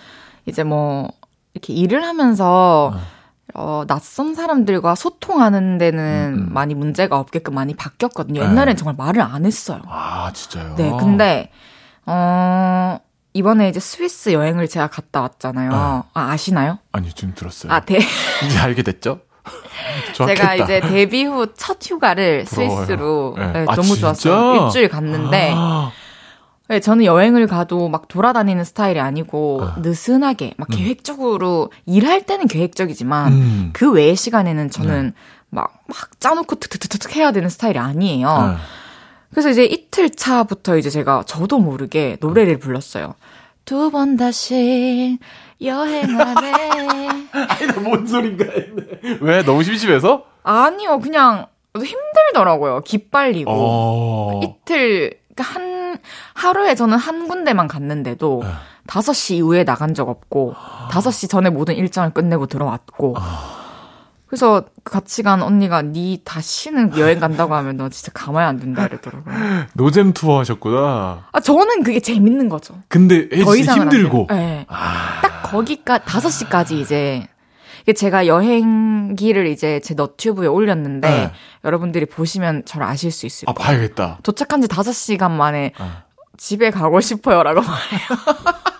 S1: 이제 뭐 이렇게 일을 하면서 어, 낯선 사람들과 소통하는 데는
S10: 음, 음.
S1: 많이 문제가 없게끔 많이 바뀌었거든요.
S10: 네.
S1: 옛날엔 정말 말을 안 했어요.
S10: 아, 진짜요?
S1: 네, 근데 어 이번에 이제 스위스 여행을 제가 갔다 왔잖아요.
S10: 네.
S1: 아 아시나요?
S10: 아니, 지금 들었어요.
S1: 아, 대,
S10: [laughs] 이제 알게 됐죠? 좋았겠다.
S1: [laughs] 제가 이제 데뷔 후 첫 휴가를
S10: 부러워요.
S1: 스위스로
S10: 네.
S1: 네,
S10: 아,
S1: 너무
S10: 진짜?
S1: 좋았어요. 일주일 갔는데
S10: 아,
S1: 네, 저는 여행을 가도 막 돌아다니는 스타일이 아니고
S10: 아.
S1: 느슨하게 막 계획적으로 일할 때는 계획적이지만
S10: 음. 네.
S1: 그 외의 시간에는 저는 막, 막 짜놓고 툭툭툭툭 해야 되는 스타일이 아니에요.
S10: 아,
S1: 그래서 이제 이틀 차부터 이제 제가 저도 모르게 노래를 불렀어요. 두 번 다시 여행하네.
S10: 뭔 소린가 했네. 왜? 너무 심심해서?
S1: 아니요, 그냥 힘들더라고요. 기빨리고.
S10: 어.
S1: 이틀 그러니까 한 하루에 저는 한 군데만 갔는데도 다섯 시 이후에 나간 적 없고 다섯 시 전에 모든 일정을 끝내고 들어왔고 그래서 같이 간 언니가 니 다시는 여행 간다고 하면 너 진짜 가만히 안 둔다 이러더라고요.
S10: 노잼 투어 하셨구나.
S1: 아 저는 그게 재밌는 거죠.
S10: 근데 애
S1: 더
S10: 진짜
S1: 이상은 안
S10: 힘들고. 아.
S1: 돼요. 네. 딱 거기까지 다섯 시까지 이제 이게 제가 여행기를 이제 제 너튜브에 올렸는데
S10: 네.
S1: 여러분들이 보시면 저를 아실 수 있을
S10: 아, 봐야겠다.
S1: 도착한 지 5시간 만에 집에 가고 싶어요라고 말해요.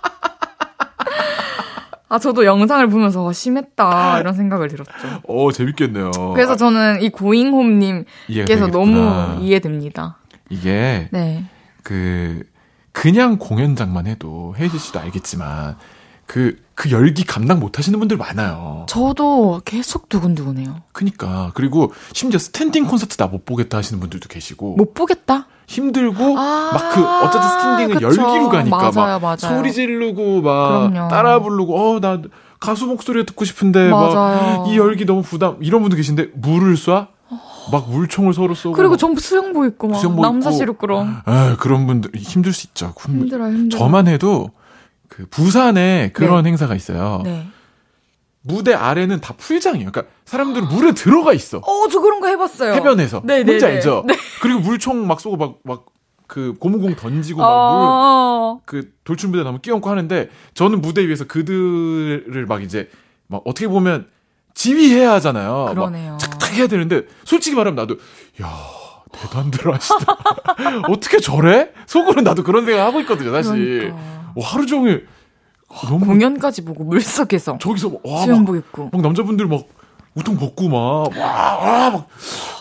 S1: [laughs] 아, 저도 영상을 보면서 어, 심했다 이런 생각을 들었죠.
S10: 어, 재밌겠네요.
S1: 그래서 저는 이 고잉홈
S10: 이해가
S1: 님께서
S10: 되겠구나.
S1: 너무 이해됩니다.
S10: 이게
S1: 네.
S10: 그 그냥 공연장만 해도 헤이즈 씨도 알겠지만 그 그 열기 감당 못 하시는 분들 많아요.
S1: 저도 계속 두근두근해요.
S10: 그니까 그리고 심지어 스탠딩 콘서트 나 못 보겠다 하시는 분들도 계시고
S1: 못 보겠다?
S10: 힘들고
S1: 뭐, 아,
S10: 막 그 어쨌든 스탠딩을
S1: 그쵸.
S10: 열기로 가니까
S1: 맞아요,
S10: 막
S1: 맞아요.
S10: 소리 지르고 막
S1: 그럼요.
S10: 따라 부르고 어 나 가수 목소리 듣고 싶은데
S1: 맞아요.
S10: 막 네, 뭐 이 열기 너무 부담 이런 분도 계신데 물을 쏴? 막 물총을 서로 쏘고
S1: 그리고 전부 수영복 입고 막
S10: 수영복 입고.
S1: 남사시로 끌어.
S10: 아, 그런 분들 힘들 수 있죠. 힘-
S1: 힘들어, 힘들어.
S10: 저만 해도 그 부산에 그런 행사가 있어요.
S1: 네.
S10: 무대 아래는 다 풀장이에요. 그러니까 사람들은 물에 들어가 있어.
S1: 어, 저 그런 거 해봤어요.
S10: 해변에서
S1: 네, 네,
S10: 뭔지
S1: 네.
S10: 알죠? 그리고 물총 막 쏘고 막 막 그 고무공
S1: 아.
S10: 던지고 뭐 막물그
S1: 어,
S10: 돌출 무대 나면 끼얹고 하는데 저는 무대 위에서 그들을 막 이제 막 어떻게 보면 지휘해야 하잖아요. 막
S1: 그러네요.
S10: 착탁 해야 되는데 솔직히 말하면 나도 야 대단들 하시다 [laughs] 어떻게 저래? 속으로 나도 그런 생각 하고 있거든요 사실
S1: 그러니까.
S10: 뭐 하루 종일 너무
S1: 공연까지 보고 물속에서
S10: 저기서 아, 와막
S1: 수영복 입고.
S10: 막 남자분들 막 우통 벗고 막와막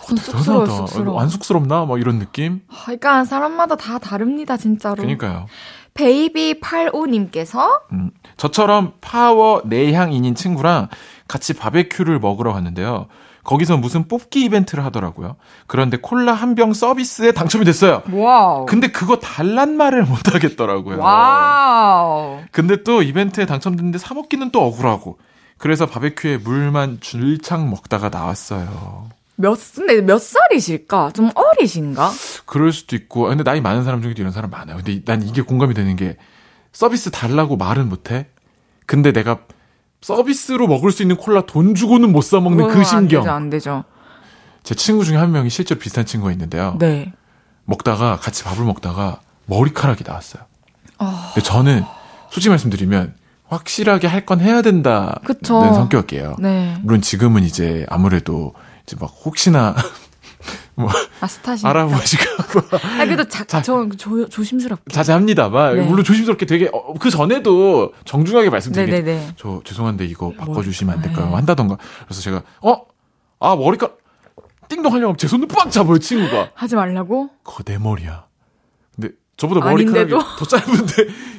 S1: 좀 아, 쑥스러워, 쑥스러워.
S10: 안 쑥스럽나 막 이런 느낌
S1: 아, 그러니까 사람마다 다 다릅니다, 진짜로.
S10: 그러니까요
S1: 베이비85님께서
S10: 음, 저처럼 파워 내향인인 친구랑 같이 바베큐를 먹으러 갔는데요. 거기서 무슨 뽑기 이벤트를 하더라고요. 그런데 콜라 한 병 서비스에 당첨이 됐어요.
S1: 와우.
S10: 근데 그거 달란 말을 [laughs] 못 하겠더라고요.
S1: 와우.
S10: 근데 또 이벤트에 당첨됐는데 사 먹기는 또 억울하고. 그래서 바베큐에 물만 줄창 먹다가 나왔어요.
S1: 몇, 근데 몇 살이실까? 좀 어리신가?
S10: 그럴 수도 있고. 근데 나이 많은 사람 중에도 이런 사람 많아요. 근데 난 이게 공감이 되는 게 서비스 달라고 말은 못 해. 근데 내가 서비스로 먹을 수 있는 콜라 돈 주고는 못 사 먹는 그
S1: 그건 안 되죠,
S10: 심경.
S1: 안 되죠.
S10: 제 친구 중에 한 명이 실제로 비슷한 친구가 있는데요.
S1: 네.
S10: 먹다가 같이 밥을 먹다가 머리카락이 나왔어요.
S1: 아.
S10: 근데 저는 솔직히 말씀드리면 확실하게 할 건 해야 된다는
S1: 그쵸.
S10: 성격이에요.
S1: 네.
S10: 물론 지금은 이제 아무래도 이제 막 혹시나 [laughs] 뭐
S1: 아스타신.
S10: 알아보실까 봐
S1: 아, 그래도 자,
S10: 자-
S1: 저, 조, 조심스럽게.
S10: 자제합니다만
S1: 네.
S10: 물론 조심스럽게 되게 어, 그 전에도 정중하게 말씀드리겠죠.
S1: 네네네. 네.
S10: 저 죄송한데 이거 바꿔주시면 안 될까요? 한다던가 그래서 제가 어 아 머리카락 띵동 하려고 하면 제 손을 빡 잡아요 친구가
S1: 하지 말라고?
S10: 거내 머리야. 근데 저보다 머리카락이
S1: 아닌데도?
S10: 더 짧은데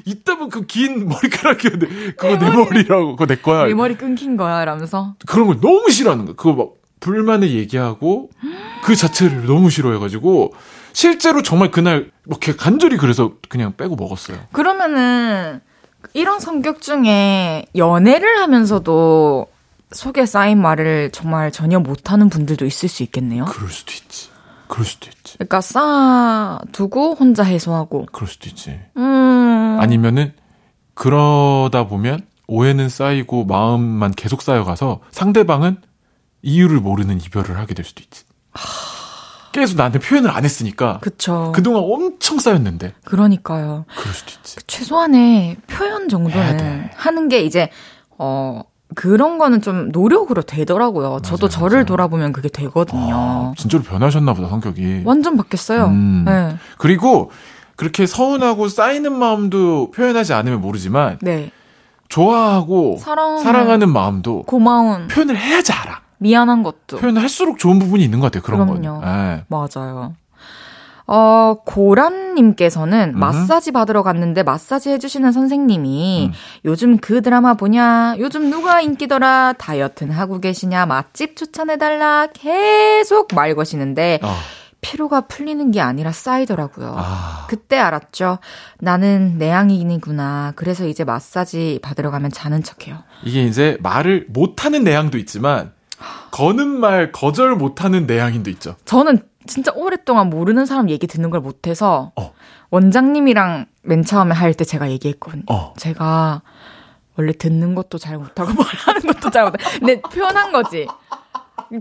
S10: [laughs] 이따분 그 긴 머리카락이었는데 그거 내, 머리라고 그거 내 거야.
S1: 내 머리 끊긴 거야, 이러면서.
S10: 그런 걸 너무 싫어하는 거야. 그거 막 불만을 얘기하고 [gasps] 그 자체를 너무 싫어해가지고 실제로 정말 그날 막 이렇게 간절히 그래서 그냥 빼고 먹었어요.
S1: 그러면은 이런 성격 중에 연애를 하면서도 속에 쌓인 말을 정말 전혀 못하는 분들도 있을 수 있겠네요.
S10: 그럴 수도 있지. 그럴 수도 있지.
S1: 그러니까 쌓아두고 혼자 해소하고.
S10: 그럴 수도 있지.
S1: 음.
S10: 아니면은 그러다 보면 오해는 쌓이고 마음만 계속 쌓여가서 상대방은 이유를 모르는 이별을 하게 될 수도 있지. 계속 나한테 표현을 안 했으니까
S1: 그쵸. 그,
S10: 그동안 엄청 쌓였는데
S1: 러니까요
S10: 그럴 수도 있지.
S1: 최소한의 표현
S10: 해야
S1: 정도는
S10: 돼.
S1: 하는 게 이제, 어, 그런 거는 좀 노력으로 되더라고요. 저도
S10: 맞아요,
S1: 저를
S10: 맞아요.
S1: 돌아보면 그게 되거든요.
S10: 아, 진짜로 변하셨나 보다 성격이.
S1: 완전 바뀌었어요.
S10: 음.
S1: 네.
S10: 그리고 그렇게 서운하고 쌓이는 마음도 표현하지 않으면 모르지만
S1: 네.
S10: 좋아하고
S1: 사랑,
S10: 하는 마음도
S1: 고마운,
S10: 표현을 해야지 알아.
S1: 미안한 것도.
S10: 표현을 할수록 좋은 부분이 있는 것 같아요. 그런
S1: 그럼요.
S10: 건. 예.
S1: 맞아요. 어, 고란님께서는
S10: 음.
S1: 마사지 받으러 갔는데 마사지 해주시는 선생님이
S10: 음.
S1: 요즘 그 드라마 보냐, 요즘 누가 인기더라, 다이어트는 하고 계시냐, 맛집 추천해달라 계속 말 거시는데
S10: 아,
S1: 피로가 풀리는 게 아니라 쌓이더라고요.
S10: 아,
S1: 그때 알았죠. 나는 내향인이구나. 그래서 이제 마사지 받으러 가면 자는 척해요.
S10: 이게 이제 말을 못하는 내향도 있지만, 거는 말 거절 못하는 내향인도 있죠.
S1: 저는 진짜 오랫동안 모르는 사람 얘기 듣는 걸 못해서
S10: 어.
S1: 원장님이랑 맨 처음에 할 때 제가 얘기했거든요.
S10: 어.
S1: 제가 원래 듣는 것도 잘 못하고 [laughs] 말하는 것도 잘 못해. 근데 표현한 거지.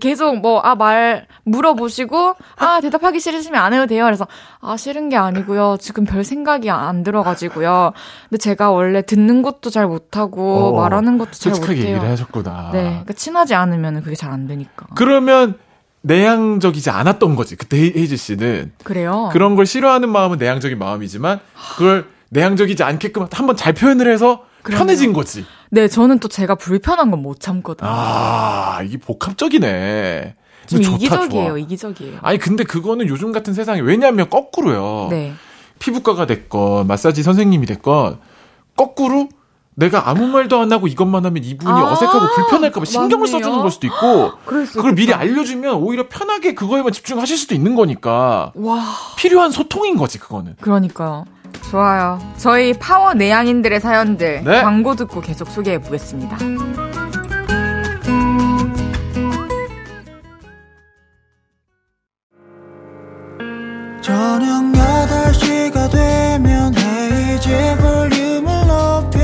S1: 계속 뭐 아 말 물어보시고 아 대답하기 싫으시면 안 해도 돼요. 그래서 아 싫은 게 아니고요. 지금 별 생각이 안 들어가지고요. 근데 제가 원래 듣는 것도 잘 못하고
S10: 어,
S1: 말하는 것도 잘
S10: 솔직하게 얘기를
S1: 못해요.
S10: 하셨구나.
S1: 네, 그러니까 친하지 않으면 그게 잘 안 되니까.
S10: 그러면 내향적이지 않았던 거지. 그때 헤- 헤이즈 씨는
S1: 그래요.
S10: 그런 걸 싫어하는 마음은 내향적인 마음이지만 그걸 내향적이지 않게끔 한번 잘 표현을 해서
S1: 그럼요.
S10: 편해진 거지.
S1: 네, 저는 또 제가 불편한 건 못 참거든요.
S10: 아, 이게 복합적이네.
S1: 좀
S10: 근데 좋다,
S1: 이기적이에요,
S10: 좋아.
S1: 이기적이에요.
S10: 아니 근데 그거는 요즘 같은 세상에 왜냐하면 거꾸로요.
S1: 네.
S10: 피부과가 됐건 마사지 선생님이 됐건 거꾸로 내가 아무 말도 안 하고 이것만 하면 이분이
S1: 아,
S10: 어색하고 불편할까봐 신경을
S1: 맞네요.
S10: 써주는 걸 수도 있고
S1: 그럴 수
S10: 그걸 미리 알려주면 오히려 편하게 그거에만 집중하실 수도 있는 거니까
S1: 와,
S10: 필요한 소통인 거지 그거는.
S1: 그러니까요. 좋아요. 저희 파워 내향인들의 사연들
S10: 네.
S1: 광고 듣고 계속 소개해 보겠습니다.
S9: 저녁 8시가 되면 헤이즈의 볼륨을 높여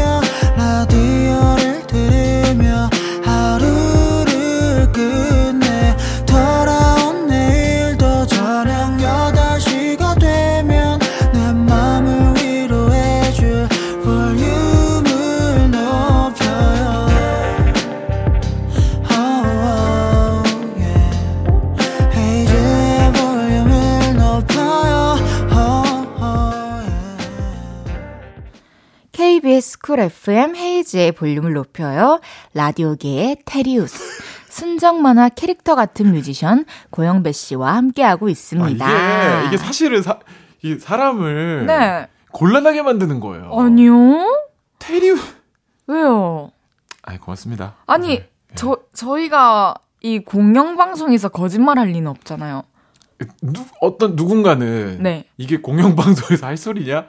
S9: 라디오를 들으며 하루를 끝내 돌아온 내일도 저녁 8시가 되면 내 맘을 위로해줄 볼륨을 높여요 oh, yeah. 헤이즈의 볼륨을 높여요 Oh,
S8: KBS 쿨 FM 헤이즈의 볼륨을 높여요. 라디오계의 테리우스. 순정 만화 캐릭터 같은 뮤지션 고영배 씨와 함께하고
S10: 아,
S8: 있습니다.
S10: 이게 이게 사실은 사, 이 사람을
S1: 네.
S10: 곤란하게 만드는 거예요.
S1: 어. 아니요.
S10: 테리우.
S1: 왜요?
S10: 아이 고맙습니다.
S1: 아니,
S10: 네.
S1: 저 저희가 이 공영 방송에서 거짓말 할 리는 없잖아요.
S10: 누, 어떤 누군가는
S1: 네.
S10: 이게 공영방송에서
S1: [laughs]
S10: 할 소리냐?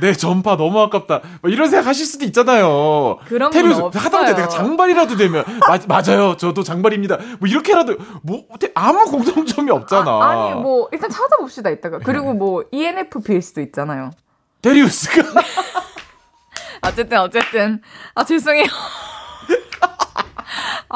S10: 내 전파 너무 아깝다. 막 이런 생각 하실 수도 있잖아요.
S1: 그런 분
S10: 테리우스
S1: 없어요.
S10: 하다못해 내가 장발이라도 되면 마, 맞아요. 저도 장발입니다. 뭐 이렇게라도 뭐 어때? 아무 공통점이 없잖아. 네.
S1: 아, 니뭐 일단 찾아봅시다 이따가. 그리고 뭐 ENFP일 수도 있잖아요.
S10: 테리우스가
S1: 네. 어쨌든 어쨌든 아 죄송해요. [laughs]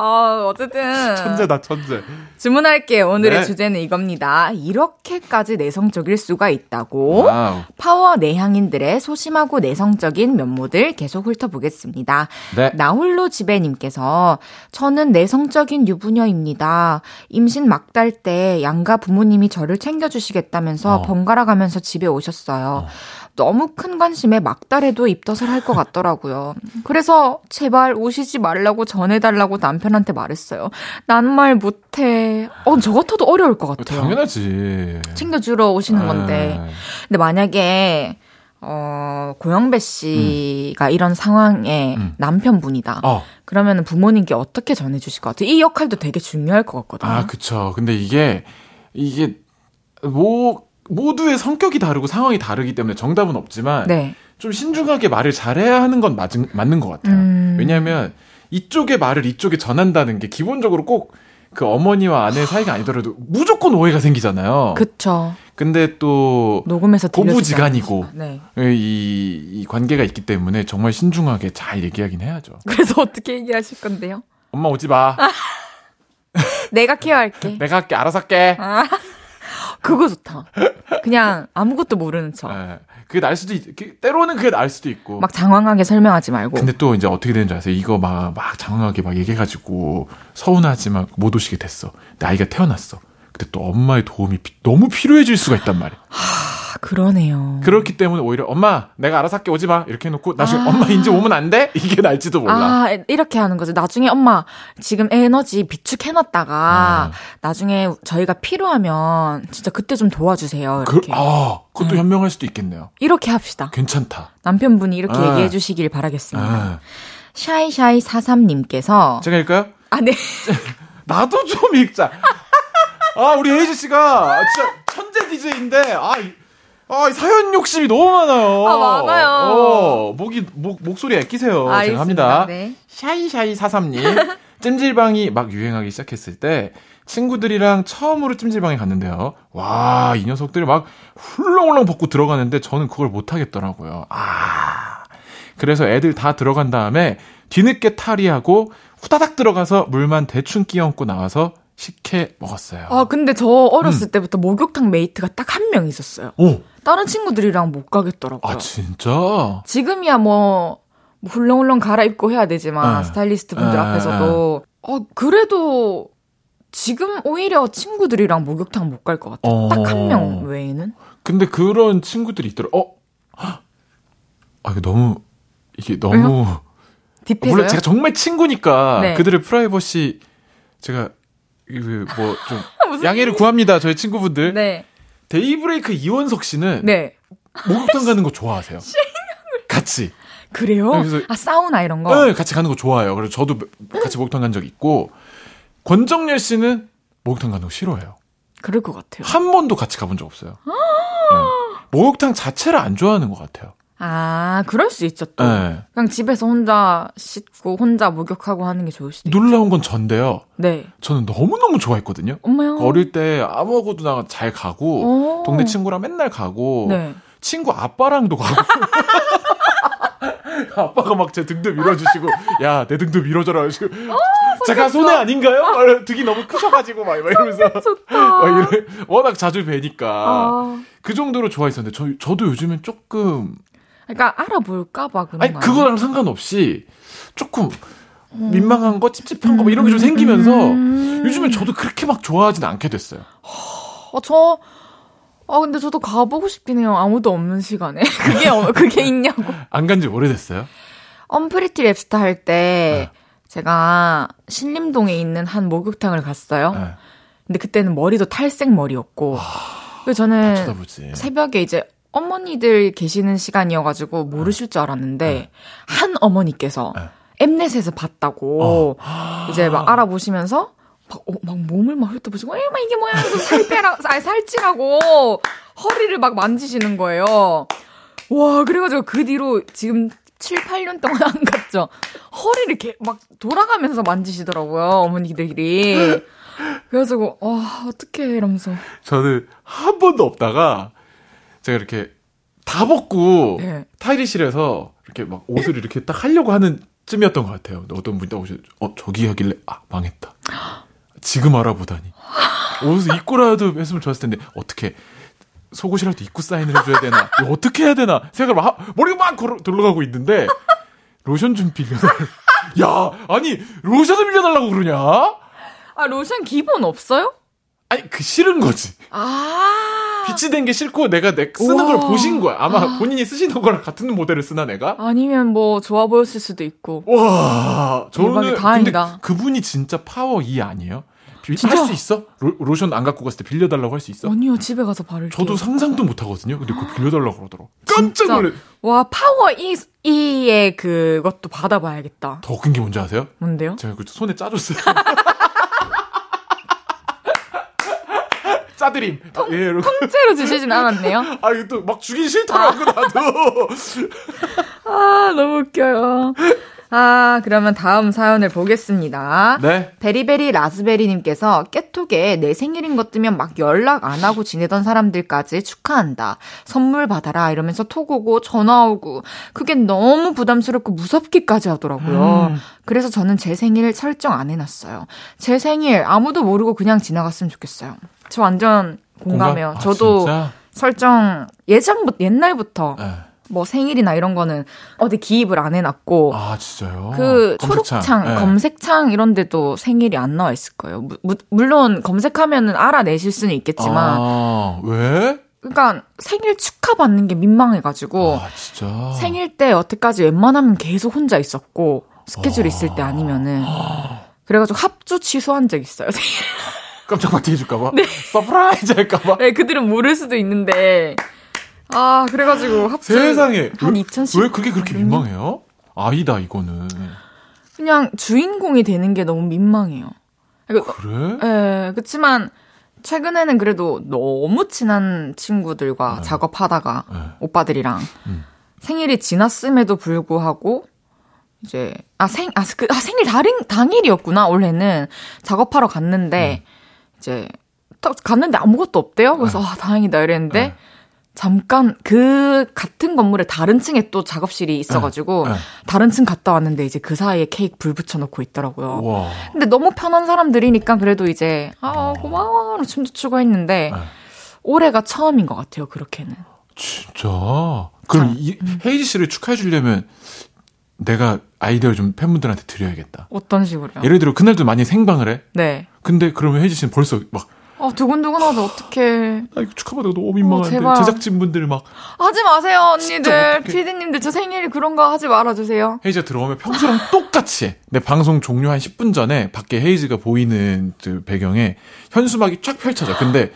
S1: 아 어쨌든
S10: 천재다 천재.
S1: 주문할게요. 오늘의
S10: 네.
S1: 주제는 이겁니다. 이렇게까지 내성적일 수가 있다고.
S10: 와우.
S1: 파워 내향인들의 소심하고 내성적인 면모들 계속 훑어보겠습니다.
S10: 네.
S1: 나홀로 지배님께서 저는 내성적인 유부녀입니다. 임신 막달 때 양가 부모님이 저를 챙겨주시겠다면서
S10: 어.
S1: 번갈아 가면서 집에 오셨어요. 너무 큰 관심에 막달에도 입덧을 할 것 같더라고요. 그래서 제발 오시지 말라고 전해달라고 남편한테 말했어요. 난 말 못해. 어, 저 같아도 어려울 것 같아요.
S10: 당연하지.
S1: 챙겨주러 오시는 건데.
S10: 네.
S1: 근데 만약에 어 고영배 씨가 이런 상황에
S10: 음.
S1: 남편분이다.
S10: 어.
S1: 그러면 부모님께 어떻게 전해주실 것 같아요? 이 역할도 되게 중요할 것 같거든요.
S10: 아, 그쵸. 근데 이게, 이게, 뭐, 모두의 성격이 다르고 상황이 다르기 때문에 정답은 없지만,
S1: 네.
S10: 좀 신중하게 말을 잘해야 하는 건 맞은, 맞는 것 같아요.
S1: 음.
S10: 왜냐하면, 이쪽의 말을 이쪽에 전한다는 게 기본적으로 꼭 그 어머니와 아내 사이가 아니더라도 무조건 오해가 생기잖아요.
S1: 그쵸.
S10: 근데 또,
S1: 녹음해서 들려주지
S10: 어. 고부지간이고.
S1: 않으시나. 네.
S10: 이, 이 관계가 있기 때문에 정말 신중하게 잘 얘기하긴 해야죠.
S1: 그래서 어떻게 얘기하실 건데요?
S10: 엄마 오지 마.
S1: 아. 내가 케어할게.
S10: 내가 할게. 알아서 할게.
S1: 그거 좋다. 그냥 아무것도 모르는 척.
S10: 예. 그게 날 수도 있, 그- 때로는 그게 날 수도 있고.
S1: 막 장황하게 설명하지 말고.
S10: 근데 또 이제 어떻게 되는 줄 아세요? 이거 막, 막 장황하게 막 얘기해가지고 서운하지만 못 오시게 됐어. 근데 아이가 태어났어. 근데 또 엄마의 도움이 피- 너무 필요해질 수가 있단 말이야.
S1: 아, 그러네요.
S10: 그렇기 때문에 오히려 엄마, 내가 알아서 할게 오지 마. 이렇게 해놓고 나중에 엄마 이제 오면 안 돼? 이게 날지도 몰라.
S1: 아, 이렇게 하는 거죠. 나중에 엄마, 지금 에너지 비축해놨다가,
S10: 아.
S1: 나중에 저희가 필요하면, 진짜 그때 좀 도와주세요.
S10: 그,
S1: 이렇게. 음.
S10: 아, 그, 그것도 현명할 수도 있겠네요.
S1: 이렇게 합시다.
S10: 괜찮다.
S1: 남편분이 이렇게
S10: 아.
S1: 얘기해 주시길 바라겠습니다.
S10: 아,
S8: 샤이샤이 43님께서
S10: 제가 읽까요?
S1: 아, 네.
S10: 나도 좀 읽자. 아, 우리 혜지 씨가 진짜 천재 DJ인데, 아, 이- 아, 이 사연 욕심이 너무 많아요.
S1: 아, 많아요.
S10: 어, 목이, 목, 목소리에 끼세요. 제가 합니다.
S1: 네.
S10: 샤이샤이 사삼님. 찜질방이 막 유행하기 시작했을 때 친구들이랑 처음으로 찜질방에 갔는데요. 와, 이 녀석들이 막 훌렁훌렁 벗고 들어가는데 저는 그걸 못 하겠더라고요. 아. 그래서 애들 다 들어간 다음에 뒤늦게 탈의하고 후다닥 들어가서 물만 대충 끼얹고 나와서 식혜 먹었어요.
S1: 아, 근데 저
S10: 음.
S1: 어렸을 때부터 목욕탕 메이트가 딱 한 명 있었어요.
S10: 오,
S1: 다른 친구들이랑 못 가겠더라고요.
S10: 아 진짜?
S1: 지금이야 뭐, 뭐 훌렁훌렁 갈아입고 해야 되지만
S10: 네.
S1: 스타일리스트 분들
S10: 네.
S1: 앞에서도 어 그래도 지금 오히려 친구들이랑 목욕탕 못 갈 것 같아요.
S10: 어.
S1: 딱 한 명 외에는.
S10: 근데 그런 친구들이 있더라. 어? 아 이거 너무 이게 너무
S1: 딥해서요?
S10: 어, 물론 제가 정말 친구니까
S1: 네.
S10: 그들의 프라이버시 제가 그
S1: [laughs]
S10: 뭐좀 양해를 구합니다. 저희 친구분들.
S1: 아, 네.
S10: 데이브레이크 이원석 씨는
S1: 네.
S10: 목욕탕 가는 거
S1: [laughs]
S10: 좋아하세요. 같이.
S1: 그래요?
S10: 네, 그래서-
S1: 아 사우나 이런 거.
S10: 네, 같이 가는 거 좋아해요. 그래서 저도 같이 목욕탕 간 적 있고 권정열 씨는 목욕탕 가는 거 싫어해요.
S1: 그럴 것 같아요.
S10: 한 번도 같이 가본 적 없어요.
S1: 아!
S10: 네. 목욕탕 자체를 안 좋아하는 것 같아요.
S1: 아 그럴 수 있죠 또.
S10: 네.
S1: 그냥 집에서 혼자 씻고 혼자 목욕하고 하는 게 좋을 수도 있
S10: 놀라운 건 전데요.
S1: 네.
S10: 저는 너무너무 좋아했거든요.
S1: 엄마야.
S10: 어릴 때 아무거나 잘 가고
S1: 어.
S10: 동네 친구랑 맨날 가고
S1: 네.
S10: 친구 아빠랑도 가고 [laughs] 아빠가 막 제 등도 밀어주시고 야 내 등도 밀어줘라 지금 제가 손해 아닌가요? 막 등이 너무 크셔가지고 막 이러면서
S1: [laughs]
S10: 막 이래 워낙 자주 뵈니까
S1: 아.
S10: 그 정도로 좋아했었는데 저 저도 요즘엔 조금
S1: 그러니까 알아볼까봐 그런
S10: 아니
S1: 거 아니에요? 음.
S10: 그거랑 상관없이 조금 민망한 거 찝찝한 거 막 이런 게 좀 생기면서 요즘엔 저도 그렇게 막 좋아하진 않게 됐어요.
S1: 어, 저, 아, 근데 저도 가보고 싶긴 해요. 아무도 없는 시간에. [laughs] 그게, 어- 그게 있냐고.
S10: 안 간 지 오래됐어요.
S1: 언프리티 랩스타 할 때,
S10: 네.
S1: 제가 신림동에 있는 한 목욕탕을 갔어요.
S10: 네.
S1: 근데 그때는 머리도 탈색 머리였고. 그래서 저는
S10: 아, 쳐다보지.
S1: 새벽에 이제 어머니들 계시는 시간이어가지고 모르실 줄 알았는데, 한 어머니께서 엠넷에서 봤다고, 이제 막 알아보시면서, 막, 어, 막 몸을 막 훑어보시고, 에이, 막 이게 뭐야? 그래서 살 빼라, [laughs] 아니, 살찌라고, 허리를 막 만지시는 거예요. 와, 그래가지고 그 뒤로 지금 7, 8년 동안 안 갔죠. 허리를 이렇게 막 돌아가면서 만지시더라고요, 어머니들이. 그래가지고, 와, 어떡해, 이러면서.
S10: 저는 한 번도 없다가 제가 이렇게 다 벗고
S1: 네.
S10: 타이리실에서 이렇게 막 옷을 이렇게 딱 하려고 하는 쯤이었던 것 같아요. 근데 어떤 분이 딱 오셔, 어 저기 하길래 아 망했다. 지금 알아보다니 옷을 입고라도 했으면 좋았을 텐데 어떻게 속옷이라도 입고 사인을 해줘야 되나 이거 어떻게 해야 되나 생각을 막 하- 머리가 막 걸어, 돌아가고 있는데 로션 좀 빌려달라. 야 아니 로션을 빌려달라고 그러냐?
S1: 아, 로션 기본 없어요?
S10: 아니 그 싫은 거지.
S1: 아.
S10: 빛이 된 게 싫고 내가 내 쓰는 걸
S1: 우와.
S10: 보신 거야. 아마 본인이 쓰시는 거랑 같은 모델을 쓰나 내가?
S1: 아니면 뭐 좋아 보였을 수도 있고.
S10: 와, 저는
S1: 대박이다, 다행이다.
S10: 근데 그분이 진짜 파워 2 아니에요? 할 수 있어? 로, 션안 갖고 갔을 때 빌려달라고 할 수 있어?
S1: 아니요, 집에 가서 바를게요.
S10: 저도 상상도 못 하거든요. 근데 그거 빌려달라고 그러더라고. 깜짝
S1: 진짜.
S10: 놀래.
S1: 와, 파워 이 이의 그것도 받아봐야겠다.
S10: 더 큰 게 뭔지 아세요?
S1: 뭔데요?
S10: 제가 그 손에 짜줬어요. [laughs] 짜드림. 예, 이러고.
S1: 통째로 주시진 않았네요.
S10: 아, 이거 또 막 주긴 싫더라고, 나도.
S1: 아, 너무 웃겨요. 아, 그러면 다음 사연을 보겠습니다.
S10: 네.
S1: 베리베리 라즈베리님께서 깨톡에 내 생일인 것 뜨면 막 연락 안 하고 지내던 사람들까지 축하한다. 선물 받아라. 이러면서 톡 오고 전화 오고. 그게 너무 부담스럽고 무섭기까지
S10: 음.
S1: 하더라고요. 그래서 저는 제 생일 설정 안 해놨어요. 제 생일 아무도 모르고 그냥 지나갔으면 좋겠어요. 저 완전 공감해요.
S10: 공감? 아,
S1: 저도
S10: 진짜?
S1: 설정 예전부터 옛날부터
S10: 네.
S1: 뭐 생일이나 이런 거는 어디 기입을 안 해놨고
S10: 아, 진짜요?
S1: 뭐 그
S10: 검색창.
S1: 초록창
S10: 네.
S1: 검색창 이런 데도 생일이 안 나와 있을 거예요. 무- 무- 물론 검색하면은 알아내실 수는 있겠지만
S10: 아, 왜?
S1: 그러니까 생일 축하받는 게 민망해 가지고
S10: 아, 진짜.
S1: 뭐 생일 때 여태까지 웬만하면 계속 혼자 있었고 스케줄
S10: 아.
S1: 있을 때 아니면은 그래가지고 합주 취소한 적 있어요. [laughs]
S10: 깜짝 파티 해줄까봐? 서프라이즈 할까봐?
S1: 네, 그들은 모를 수도 있는데 아 그래가지고 합주
S10: 세상에.
S1: 한
S10: 왜,
S1: 2010.
S10: 왜 그게
S1: 음.
S10: 그렇게 민망해요? 아니다, 이거는.
S1: 그냥 주인공이 되는 게 너무 민망해요. 그러니까
S10: 그래?
S1: 예, 그렇지만 최근에는 그래도 너무 친한 친구들과
S10: 네.
S1: 작업하다가 오빠들이랑
S10: 음.
S1: 생일이 지났음에도 불구하고 이제 아 생 아 그, 아, 생일 당일 당일이었구나 원래는 작업하러
S10: 네.
S1: 갔는데 이제 딱 갔는데 아무것도 없대요.
S10: 네.
S1: 그래서 아 다행이다 이랬는데 잠깐 그 같은 건물에 다른 층에 또 작업실이 있어가지고
S10: 네.
S1: 다른 층 갔다 왔는데 이제 그 사이에 케이크 불 붙여놓고 있더라고요.
S10: 와.
S1: 근데 너무 편한 사람들이니까 그래도 이제 아 고마워 춤도 추고 했는데 올해가 처음인 것 같아요 그렇게는
S10: 진짜. 그럼 이,
S1: 음.
S10: 헤이지 씨를 축하해 주려면 내가 아이디어를 좀 팬분들한테 드려야겠다.
S1: 어떤 식으로요?
S10: 예를 들어 그날도 많이 생방을 해.
S1: 네.
S10: 근데 그러면 헤이지 씨는 벌써 막
S1: 어 두근두근하서 어떻게
S10: 아 이거 축하받아도 너무 민망한데
S1: 어, 제발.
S10: 제작진 분들 막
S1: 하지 마세요 언니들
S10: 어떡해.
S1: 피디님들 저 생일이 그런 거 하지 말아주세요.
S10: 헤이지가 들어오면 평소랑 [laughs] 똑같이 해. 내 방송 종료 한 10분 전에 밖에 헤이지가 보이는 그 배경에 현수막이 쫙 펼쳐져. 근데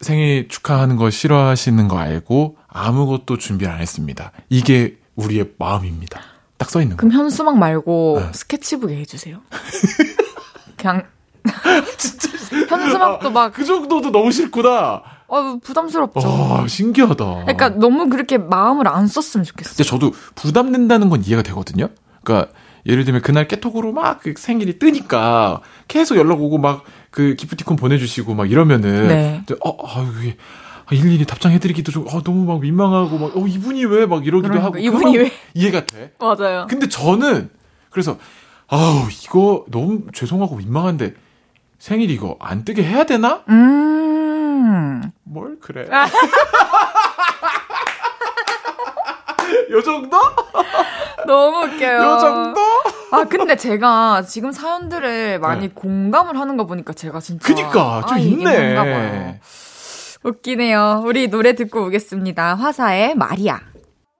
S10: 생일 축하하는 거 싫어하시는 거 알고 아무것도 준비를 안 했습니다. 이게 우리의 마음입니다. 딱 써 있는 거.
S1: 그럼 현수막 말고 스케치북에 [laughs] 해주세요. 그냥 [laughs] 진짜 현수막도 막
S10: 그 정도도 너무 싫구나.
S1: 어, 부담스럽죠.
S10: 와, 신기하다.
S1: 그러니까 너무 그렇게 마음을 안 썼으면 좋겠어요.
S10: 근데 저도 부담된다는 건 이해가 되거든요. 그러니까 예를 들면 그날 깨톡으로 막그 생일이 뜨니까 계속 연락 오고 막 그 기프티콘 보내주시고 막 이러면은
S1: 네.
S10: 근데 어, 아 이게 아, 일일이 답장해드리기도 좀 아, 너무 막 민망하고 막 어 이분이 왜 막 이러기도
S1: 그러니까,
S10: 하고
S1: 이분이
S10: 그건
S1: 왜?
S10: 이해가 돼.
S1: 맞아요.
S10: 근데 저는 그래서 아우 이거 너무 죄송하고 민망한데 생일 이거 안 뜨게 해야 되나?
S1: 음.
S10: 뭘 그래?
S1: 아.
S10: [laughs] 요 정도?
S1: 너무 웃겨요.
S10: 요 정도?
S1: 아, 근데 제가 지금 사연들을 많이
S10: 네.
S1: 공감을 하는 거 보니까 제가 진짜.
S10: 그니까 좀
S1: 아, 이게 뭔가 봐요.
S10: 있네.
S1: 웃기네요. 우리 노래 듣고 오겠습니다. 화사의 마리아.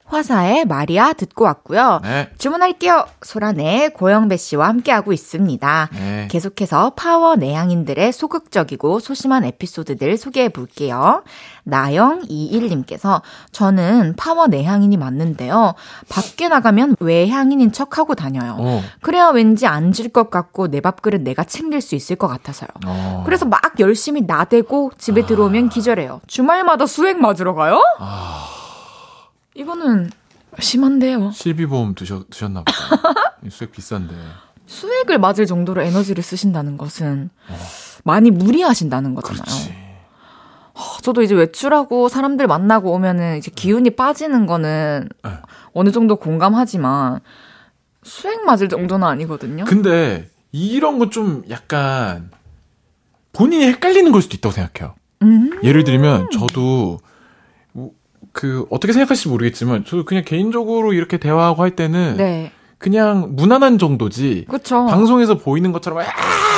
S8: 화사의 마리아 듣고 왔고요.
S10: 네.
S8: 주문할게요. 소란의 고영배 씨와 함께하고 있습니다.
S10: 네.
S8: 계속해서 파워 내향인들의 소극적이고 소심한 에피소드들 소개해 볼게요. 나영21님께서 저는 파워 내향인이 맞는데요. 밖에 나가면 외향인인 척하고 다녀요.
S10: 어.
S8: 그래야 왠지 안 질 것 같고 내 밥그릇 내가 챙길 수 있을 것 같아서요.
S10: 어. 아.
S8: 그래서 막 열심히 나대고 집에 들어오면 기절해요.
S1: 주말마다 수액 맞으러 가요?
S10: 아.
S1: 이거는 심한데요.
S10: 실비보험 드셨,
S1: [laughs]
S10: 드셨나 보다. 이 수액 비싼데.
S1: 수액을 맞을 정도로 에너지를 쓰신다는 것은 많이 무리하신다는 거잖아요.
S10: 어.
S1: 아,
S10: 그렇지.
S1: 저도 이제 외출하고 사람들 만나고 오면은 이제 기운이 빠지는 거는
S10: 네.
S1: 어느 정도 공감하지만 수액 맞을 정도는 아니거든요.
S10: 그 근데 이런 건 좀 약간 본인이 헷갈리는 걸 수도 있다고 생각해요.
S1: 음.
S10: 예를 들면 저도 우- 그 어떻게 생각하실지 모르겠지만 저도 그냥 개인적으로 이렇게 대화하고 할 때는
S1: 네.
S10: 그냥 무난한 정도지
S1: 그쵸.
S10: 방송에서 보이는 것처럼 야,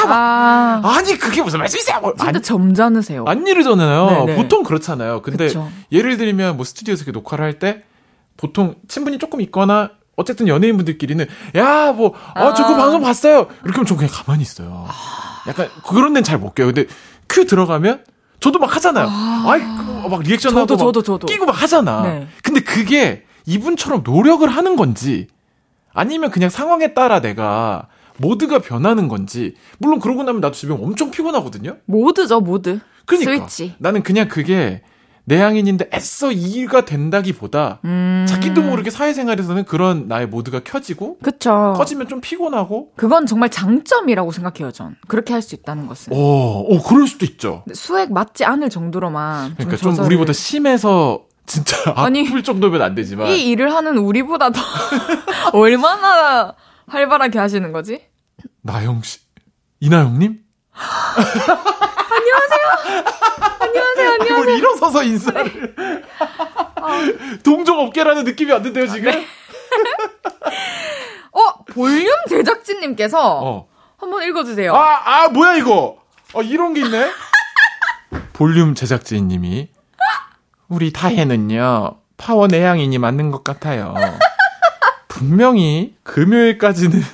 S1: 아.
S10: 아니 그게 무슨 말씀이세요? 뭐 안,
S1: 진짜 점잖으세요.
S10: 안 이러잖아요.
S1: 네네.
S10: 보통 그렇잖아요. 근데
S1: 그쵸.
S10: 예를 들면 뭐 스튜디오에서 이렇게 녹화를 할 때 보통 친분이 조금 있거나 어쨌든 연예인분들끼리는 야 뭐 어 저 그
S1: 아.
S10: 방송 봤어요 이렇게 하면 저 그냥 가만히 있어요. 약간 그런 데는 잘 못 껴요. 근데 큐 들어가면 저도 막 하잖아요. 아. 이 그막 리액션
S1: 저도,
S10: 하고 막
S1: 저도, 저도.
S10: 끼고 막 하잖아.
S1: 네.
S10: 근데 그게 이분처럼 노력을 하는 건지 아니면 그냥 상황에 따라 내가 모드가 변하는 건지 물론 그러고 나면 나도 집에 엄청 피곤하거든요.
S1: 모드죠, 모드.
S10: 그러니까
S1: 스위치.
S10: 나는 그냥 그게 내향인인데 애써 이가 된다기보다
S1: 음.
S10: 자기도 모르게 사회생활에서는 그런 나의 모드가 켜지고
S1: 그쵸.
S10: 꺼지면 좀 피곤하고
S1: 그건 정말 장점이라고 생각해요, 전. 그렇게 할 수 있다는 것은.
S10: 어? 오, 오 그럴 수도 있죠.
S1: 근데 수액 맞지 않을 정도로만.
S10: 그러니까
S1: 좀,
S10: 좀
S1: 조절을-
S10: 우리보다 심해서 진짜
S1: [laughs] 아니,
S10: 아플 정도면 안 되지만
S1: 이 일을 하는 우리보다 더 [laughs] 얼마나 활발하게 하시는 거지?
S10: 나영 씨
S1: [laughs]
S10: 이나영님 [laughs]
S1: 안녕하세요, 안녕하세요. 네.
S10: 뭘 일어서서 인사를 [laughs] 동종업계라는 느낌이 안 든대요 지금.
S1: 네. 어, 볼륨 제작진님께서
S10: 어.
S1: 한번 읽어주세요.
S10: 아, 아, 뭐야, 이거! 아, 이런 게 있네? [laughs] 볼륨 제작진님이, 우리 다혜는요, 파워 내향인이 맞는 것 같아요. 분명히 금요일까지는, [laughs]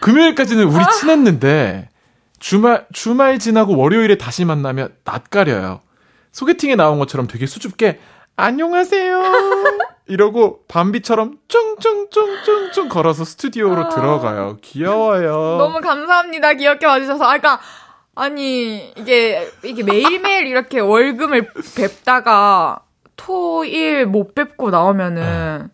S10: 금요일까지는 우리 친했는데, 주말, 주말 지나고 월요일에 다시 만나면 낯가려요. 소개팅에 나온 것처럼 되게 수줍게, 안녕하세요. 이러고 밤비처럼 쫑쫑쫑쫑쫑 걸어서 스튜디오로 들어가요. 귀여워요.
S1: 너무 감사합니다. 귀엽게 봐주셔서. 아까 그러니까, 아니 이게 이게 매일매일 이렇게 월급을 뵙다가 토일 못 뵙고 나오면은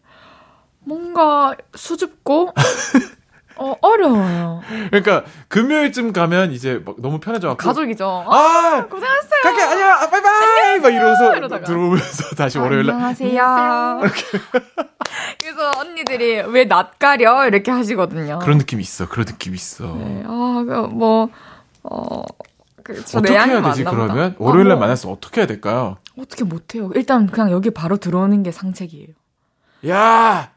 S1: 뭔가 수줍고
S10: [laughs]
S1: 어, 어려워요.
S10: 그러니까 금요일쯤 가면 이제 막 너무 편해져 갖고
S1: 가족이죠. 아,
S10: 아
S1: 고생하셨어요.
S10: 갈게 안녕 아, 바이바이 막 이러면서
S1: 이러다가.
S10: 들어오면서 [laughs] 다시 월요일 날
S1: 안녕하세요. [laughs] 그래서 언니들이 왜 낯가려 이렇게 하시거든요.
S10: 그런 느낌 이 있어. 그런 느낌 이 있어.
S1: 네, 아, 그 뭐, 어, 그, 저
S10: 어떻게
S1: 내향이
S10: 해야 되지
S1: 맞나
S10: 그러면
S1: 보다.
S10: 월요일 날
S1: 아, 뭐,
S10: 만났으면 어떻게 해야 될까요?
S1: 어떻게 못해요. 일단 그냥 여기 바로 들어오는 게 상책이에요.
S10: 야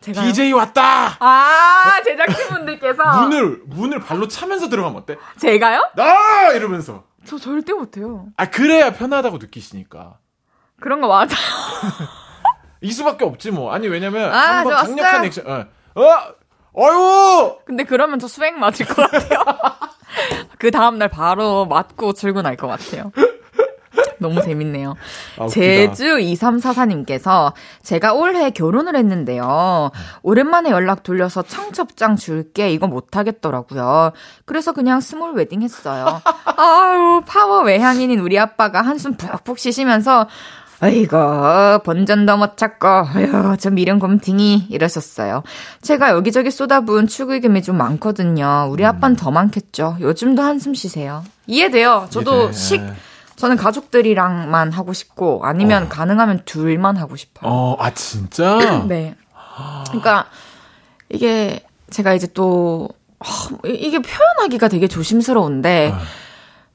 S1: 제가.
S10: DJ 왔다.
S1: 아,
S10: [laughs]
S1: 제작진분들께서.
S10: 문을 문을 발로 차면서 들어가면 어때?
S1: 제가요?
S10: 나 이러면서
S1: 저 절대 못해요.
S10: 아 그래야 편하다고 느끼시니까
S1: 그런 거 맞아.
S10: 이 수밖에 없지 뭐 아니 왜냐면
S1: 아,
S10: 한번
S1: 저
S10: 강력한
S1: 왔어요.
S10: 액션 어, 어 어유
S1: [laughs] 근데 그러면 저 수행 맞을 것 같아요. [laughs] 그 다음날 바로 맞고 출근할 것 같아요. [laughs] 너무 재밌네요.
S10: 아, 웃기다.
S1: 제주 2344님께서 제가 올해 결혼을 했는데요. 오랜만에 연락 돌려서 청첩장 줄게 이거 못하겠더라고요. 그래서 그냥 스몰 웨딩
S10: [laughs]
S1: 했어요. 아유 파워 외향인인 우리 아빠가 한숨 푹푹 쉬시면서 아이고 본전도 못 찾고 아유 저 미련 곰팅이 이러셨어요. 제가 여기저기 쏟아부은 축의금이 좀 많거든요. 우리 아빠는
S10: 음.
S1: 더 많겠죠. 요즘도 한숨 쉬세요. 이해돼요. 저도
S10: 이해돼. 예.
S1: 식 저는 가족들이랑만 하고 싶고 아니면 가능하면 둘만 하고 싶어요.
S10: 어. 어아 진짜
S1: [clears throat] 네. 그러니까 이게 제가 이제 또 하, 이- 이게 표현하기가 되게
S10: 어,
S1: 조심스러운데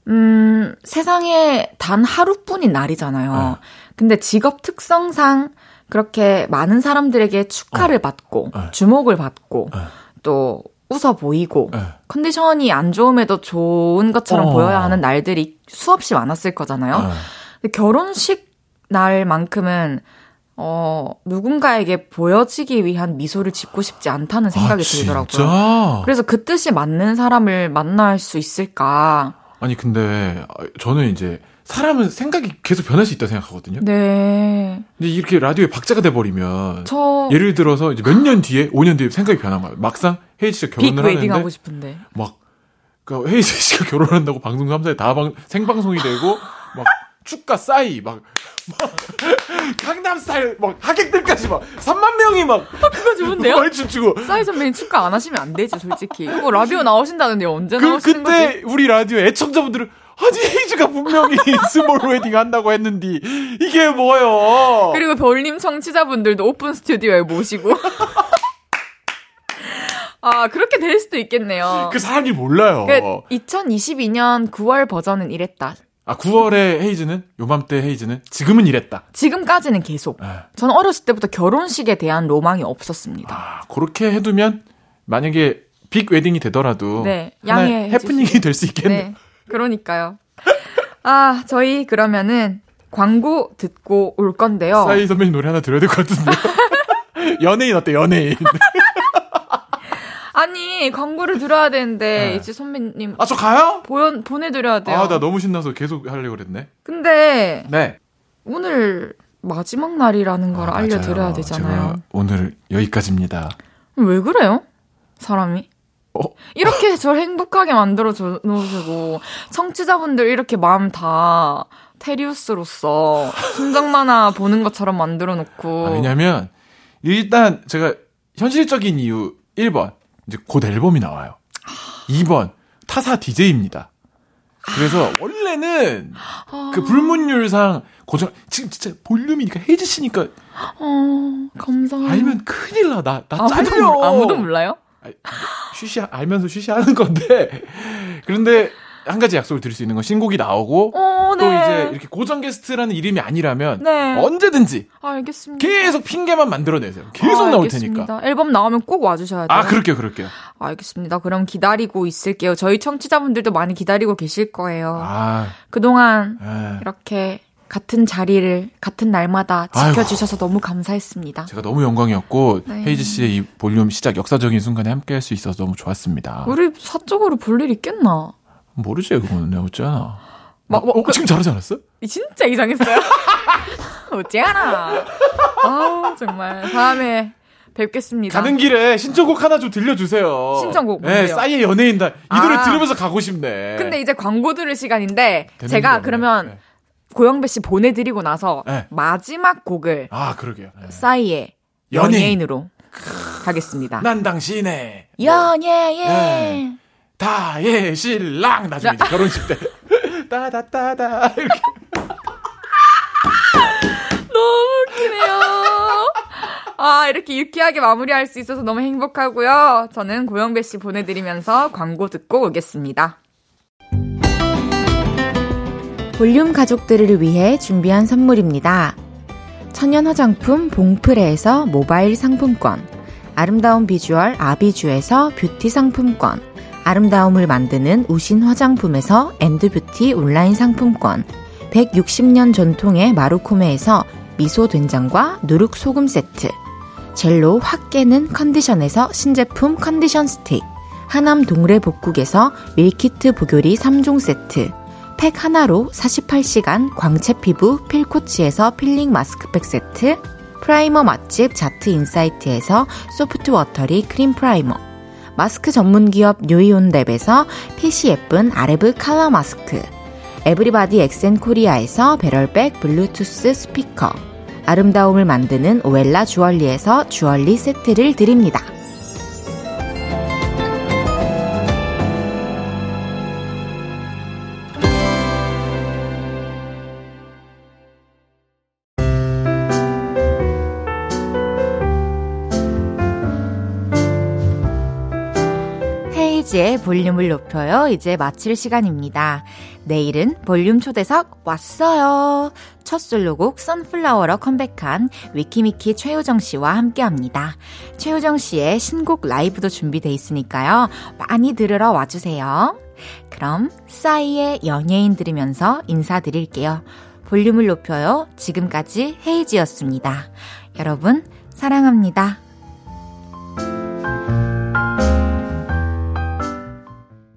S1: 음, 세상에 단 하루뿐인
S10: 어.
S1: 날이잖아요. 근데 직업 특성상 그렇게 많은 사람들에게 축하를 받고
S10: 네.
S1: 주목을 받고
S10: 네.
S1: 또 웃어 보이고
S10: 네.
S1: 컨디션이 안 좋음에도 좋은 것처럼
S10: 어.
S1: 보여야 하는 날들이 수없이 많았을 거잖아요.
S10: 어.
S1: 근데 결혼식 날만큼은 어 누군가에게 보여지기 위한 미소를 짓고 싶지 않다는 생각이
S10: 아,
S1: 들더라고요.
S10: 진짜?
S1: 그래서 그 뜻이 맞는 사람을 만날 수 있을까?
S10: 아니 근데 저는 이제 사람은 생각이 계속 변할 수 있다 고 생각하거든요.
S1: 네,
S10: 근데 이렇게 라디오에 박자가 돼 버리면
S1: 저
S10: 예를 들어서 이제 몇 년 뒤에 5년 뒤에 생각이 변한 거예요. 막상 헤이 씨가
S1: 빅
S10: 결혼을
S1: 웨딩 하고
S10: 하는데
S1: 싶은데
S10: 막 그러니까 헤이 씨가 [laughs] 결혼한다고 방송 3사에 다 방, 생방송이 되고 막 축가 싸이 막, 막 [laughs] 강남 스타일 막 하객들까지 막 3만 명이 막
S1: 그거 좋은데요?
S10: 노래 춤추고
S1: 싸이 선배님 축가 안 하시면 안 되지 솔직히. 이거 라디오 나오신다는데 언제
S10: 그
S1: 나오시는
S10: 그때
S1: 거지?
S10: 우리 라디오 애청자분들은 아니 헤이즈가 분명히 [laughs] 스몰 웨딩 한다고 했는데 이게 뭐요?
S1: 그리고 별님 청취자분들도 오픈 스튜디오에 모시고. [laughs] 아 그렇게 될 수도 있겠네요.
S10: 그 사람이 몰라요.
S1: 그 2022년 9월 버전은 이랬다.
S10: 아 9월에 헤이즈는 요맘때 헤이즈는 지금은 이랬다.
S1: 지금까지는 계속.
S10: 아.
S1: 저는 어렸을 때부터 결혼식에 대한 로망이 없었습니다.
S10: 아 그렇게 해두면 만약에 빅 웨딩이 되더라도
S1: 네,
S10: 하나의
S1: 양해해
S10: 해프닝이 될 수 있겠네.
S1: 네. 그러니까요. 아, 저희 그러면은 광고 듣고 올 건데요.
S10: 싸이 선배님 노래 하나 들어야 될 것 같은데. [laughs] 연예인 어때 연예인?
S1: 아니, 광고를 들어야 되는데
S10: 네.
S1: 이제 선배님
S10: 아 저 가요?
S1: 보여, 보내드려야 돼요.
S10: 아 나 너무 신나서 계속 하려고 그랬네.
S1: 근데
S10: 네.
S1: 오늘 마지막 날이라는 걸
S10: 아,
S1: 알려드려야
S10: 맞아요.
S1: 되잖아요.
S10: 제가 오늘 여기까지입니다.
S1: 왜 그래요? 사람이?
S10: 어?
S1: 이렇게 저를 행복하게 만들어 줘- 놓으시고 청취자분들 이렇게 마음 다 테리우스로서 순정 만화 보는 것처럼 만들어 놓고
S10: 아, 왜냐면 일단 제가 현실적인 이유 1번 이제 곧 앨범이 나와요. 2번 타사 DJ입니다. 그래서 원래는
S1: 아,
S10: 그 불문율상 고정 지금 진짜 볼륨이니까 헤이즈 씨니까
S1: 어, 감사해요.
S10: 알면 큰일 나. 나, 나
S1: 아무도,
S10: 잘려.
S1: 몰- 아무도 몰라요?
S10: 아니, 쉬쉬 알면서 쉬쉬 하는 건데. 그런데 한 가지 약속을 드릴 수 있는 건 신곡이 나오고
S1: 어,
S10: 또
S1: 네.
S10: 이제 이렇게 고정 게스트라는 이름이 아니라면
S1: 네.
S10: 언제든지
S1: 알겠습니다.
S10: 계속 핑계만 만들어내세요. 계속
S1: 아,
S10: 나올
S1: 알겠습니다.
S10: 테니까.
S1: 앨범 나오면 꼭 와주셔야 돼요.
S10: 아, 그럴게요, 그럴게요.
S1: 알겠습니다. 그럼 기다리고 있을게요. 저희 청취자분들도 많이 기다리고 계실 거예요.
S10: 아,
S1: 그동안
S10: 예.
S1: 이렇게 같은 자리를 같은 날마다
S10: 아이고.
S1: 지켜주셔서 너무 감사했습니다.
S10: 제가 너무 영광이었고,
S1: 네.
S10: 헤이즈 씨의 이 볼륨 시작 역사적인 순간에 함께 할 수 있어서 너무 좋았습니다.
S1: 우리 사적으로 볼 일 있겠나?
S10: 모르지, 그거는. 내가 어쩌나.
S1: 막- 아. 막
S10: 어, 지금 잘하지 않았어?
S1: 진짜 [laughs] 이상했어요. 어찌하나. 아, 정말. 다음에 뵙겠습니다.
S10: 가는 길에 신청곡 하나 좀 들려주세요.
S1: 신청곡
S10: 네,
S1: 뭔데요?
S10: 싸이의 연예인다. 이
S1: 아.
S10: 노래 들으면서 가고 싶네.
S1: 근데 이제 광고 들을 시간인데
S10: 되는
S1: 제가
S10: 거네.
S1: 그러면
S10: 네.
S1: 고영배 씨 보내드리고 나서
S10: 네.
S1: 마지막 곡을
S10: 아, 그러게요. 네.
S1: 싸이의
S10: 연예인.
S1: 연예인으로 가겠습니다.
S10: 난 당신의
S1: 연예인.
S10: 네. 다의 신랑 나중에 이제 결혼식 때 [laughs] 따다따다 이렇게
S1: 너무 웃기네요. 아, 이렇게 유쾌하게 마무리할 수 있어서 너무 행복하고요. 저는 고영배 씨 보내드리면서 광고 듣고 오겠습니다.
S8: 볼륨 가족들을 위해 준비한 선물입니다. 천연 화장품 봉프레에서 모바일 상품권, 아름다운 비주얼 아비주에서 뷰티 상품권, 아름다움을 만드는 우신 화장품에서 엔드뷰티 온라인 상품권, 160년 전통의 마루코메에서 미소 된장과 누룩 소금 세트, 젤로 확 깨는 컨디션에서 신제품 컨디션 스틱, 하남 동래 복국에서 밀키트 보교리 3종 세트, 팩 하나로 48시간 광채 피부 필코치에서 필링 마스크팩 세트, 프라이머 맛집 자트 인사이트에서 소프트 워터리 크림 프라이머, 마스크 전문 기업 뉴이온랩에서 핏이 예쁜 아레브 칼라 마스크, 에브리바디 엑센 코리아에서 배럴백 블루투스 스피커, 아름다움을 만드는 오엘라 주얼리에서 주얼리 세트를 드립니다.
S1: 헤이지의 볼륨을 높여요. 이제 마칠 시간입니다. 내일은 볼륨 초대석 왔어요. 첫 솔로곡 선플라워로 컴백한 위키미키 최효정 씨와 함께 합니다. 최효정 씨의 신곡 라이브도 준비돼 있으니까요. 많이 들으러 와주세요. 그럼 싸이의 연예인 들으면서 인사드릴게요. 볼륨을 높여요. 지금까지 헤이지였습니다. 여러분, 사랑합니다.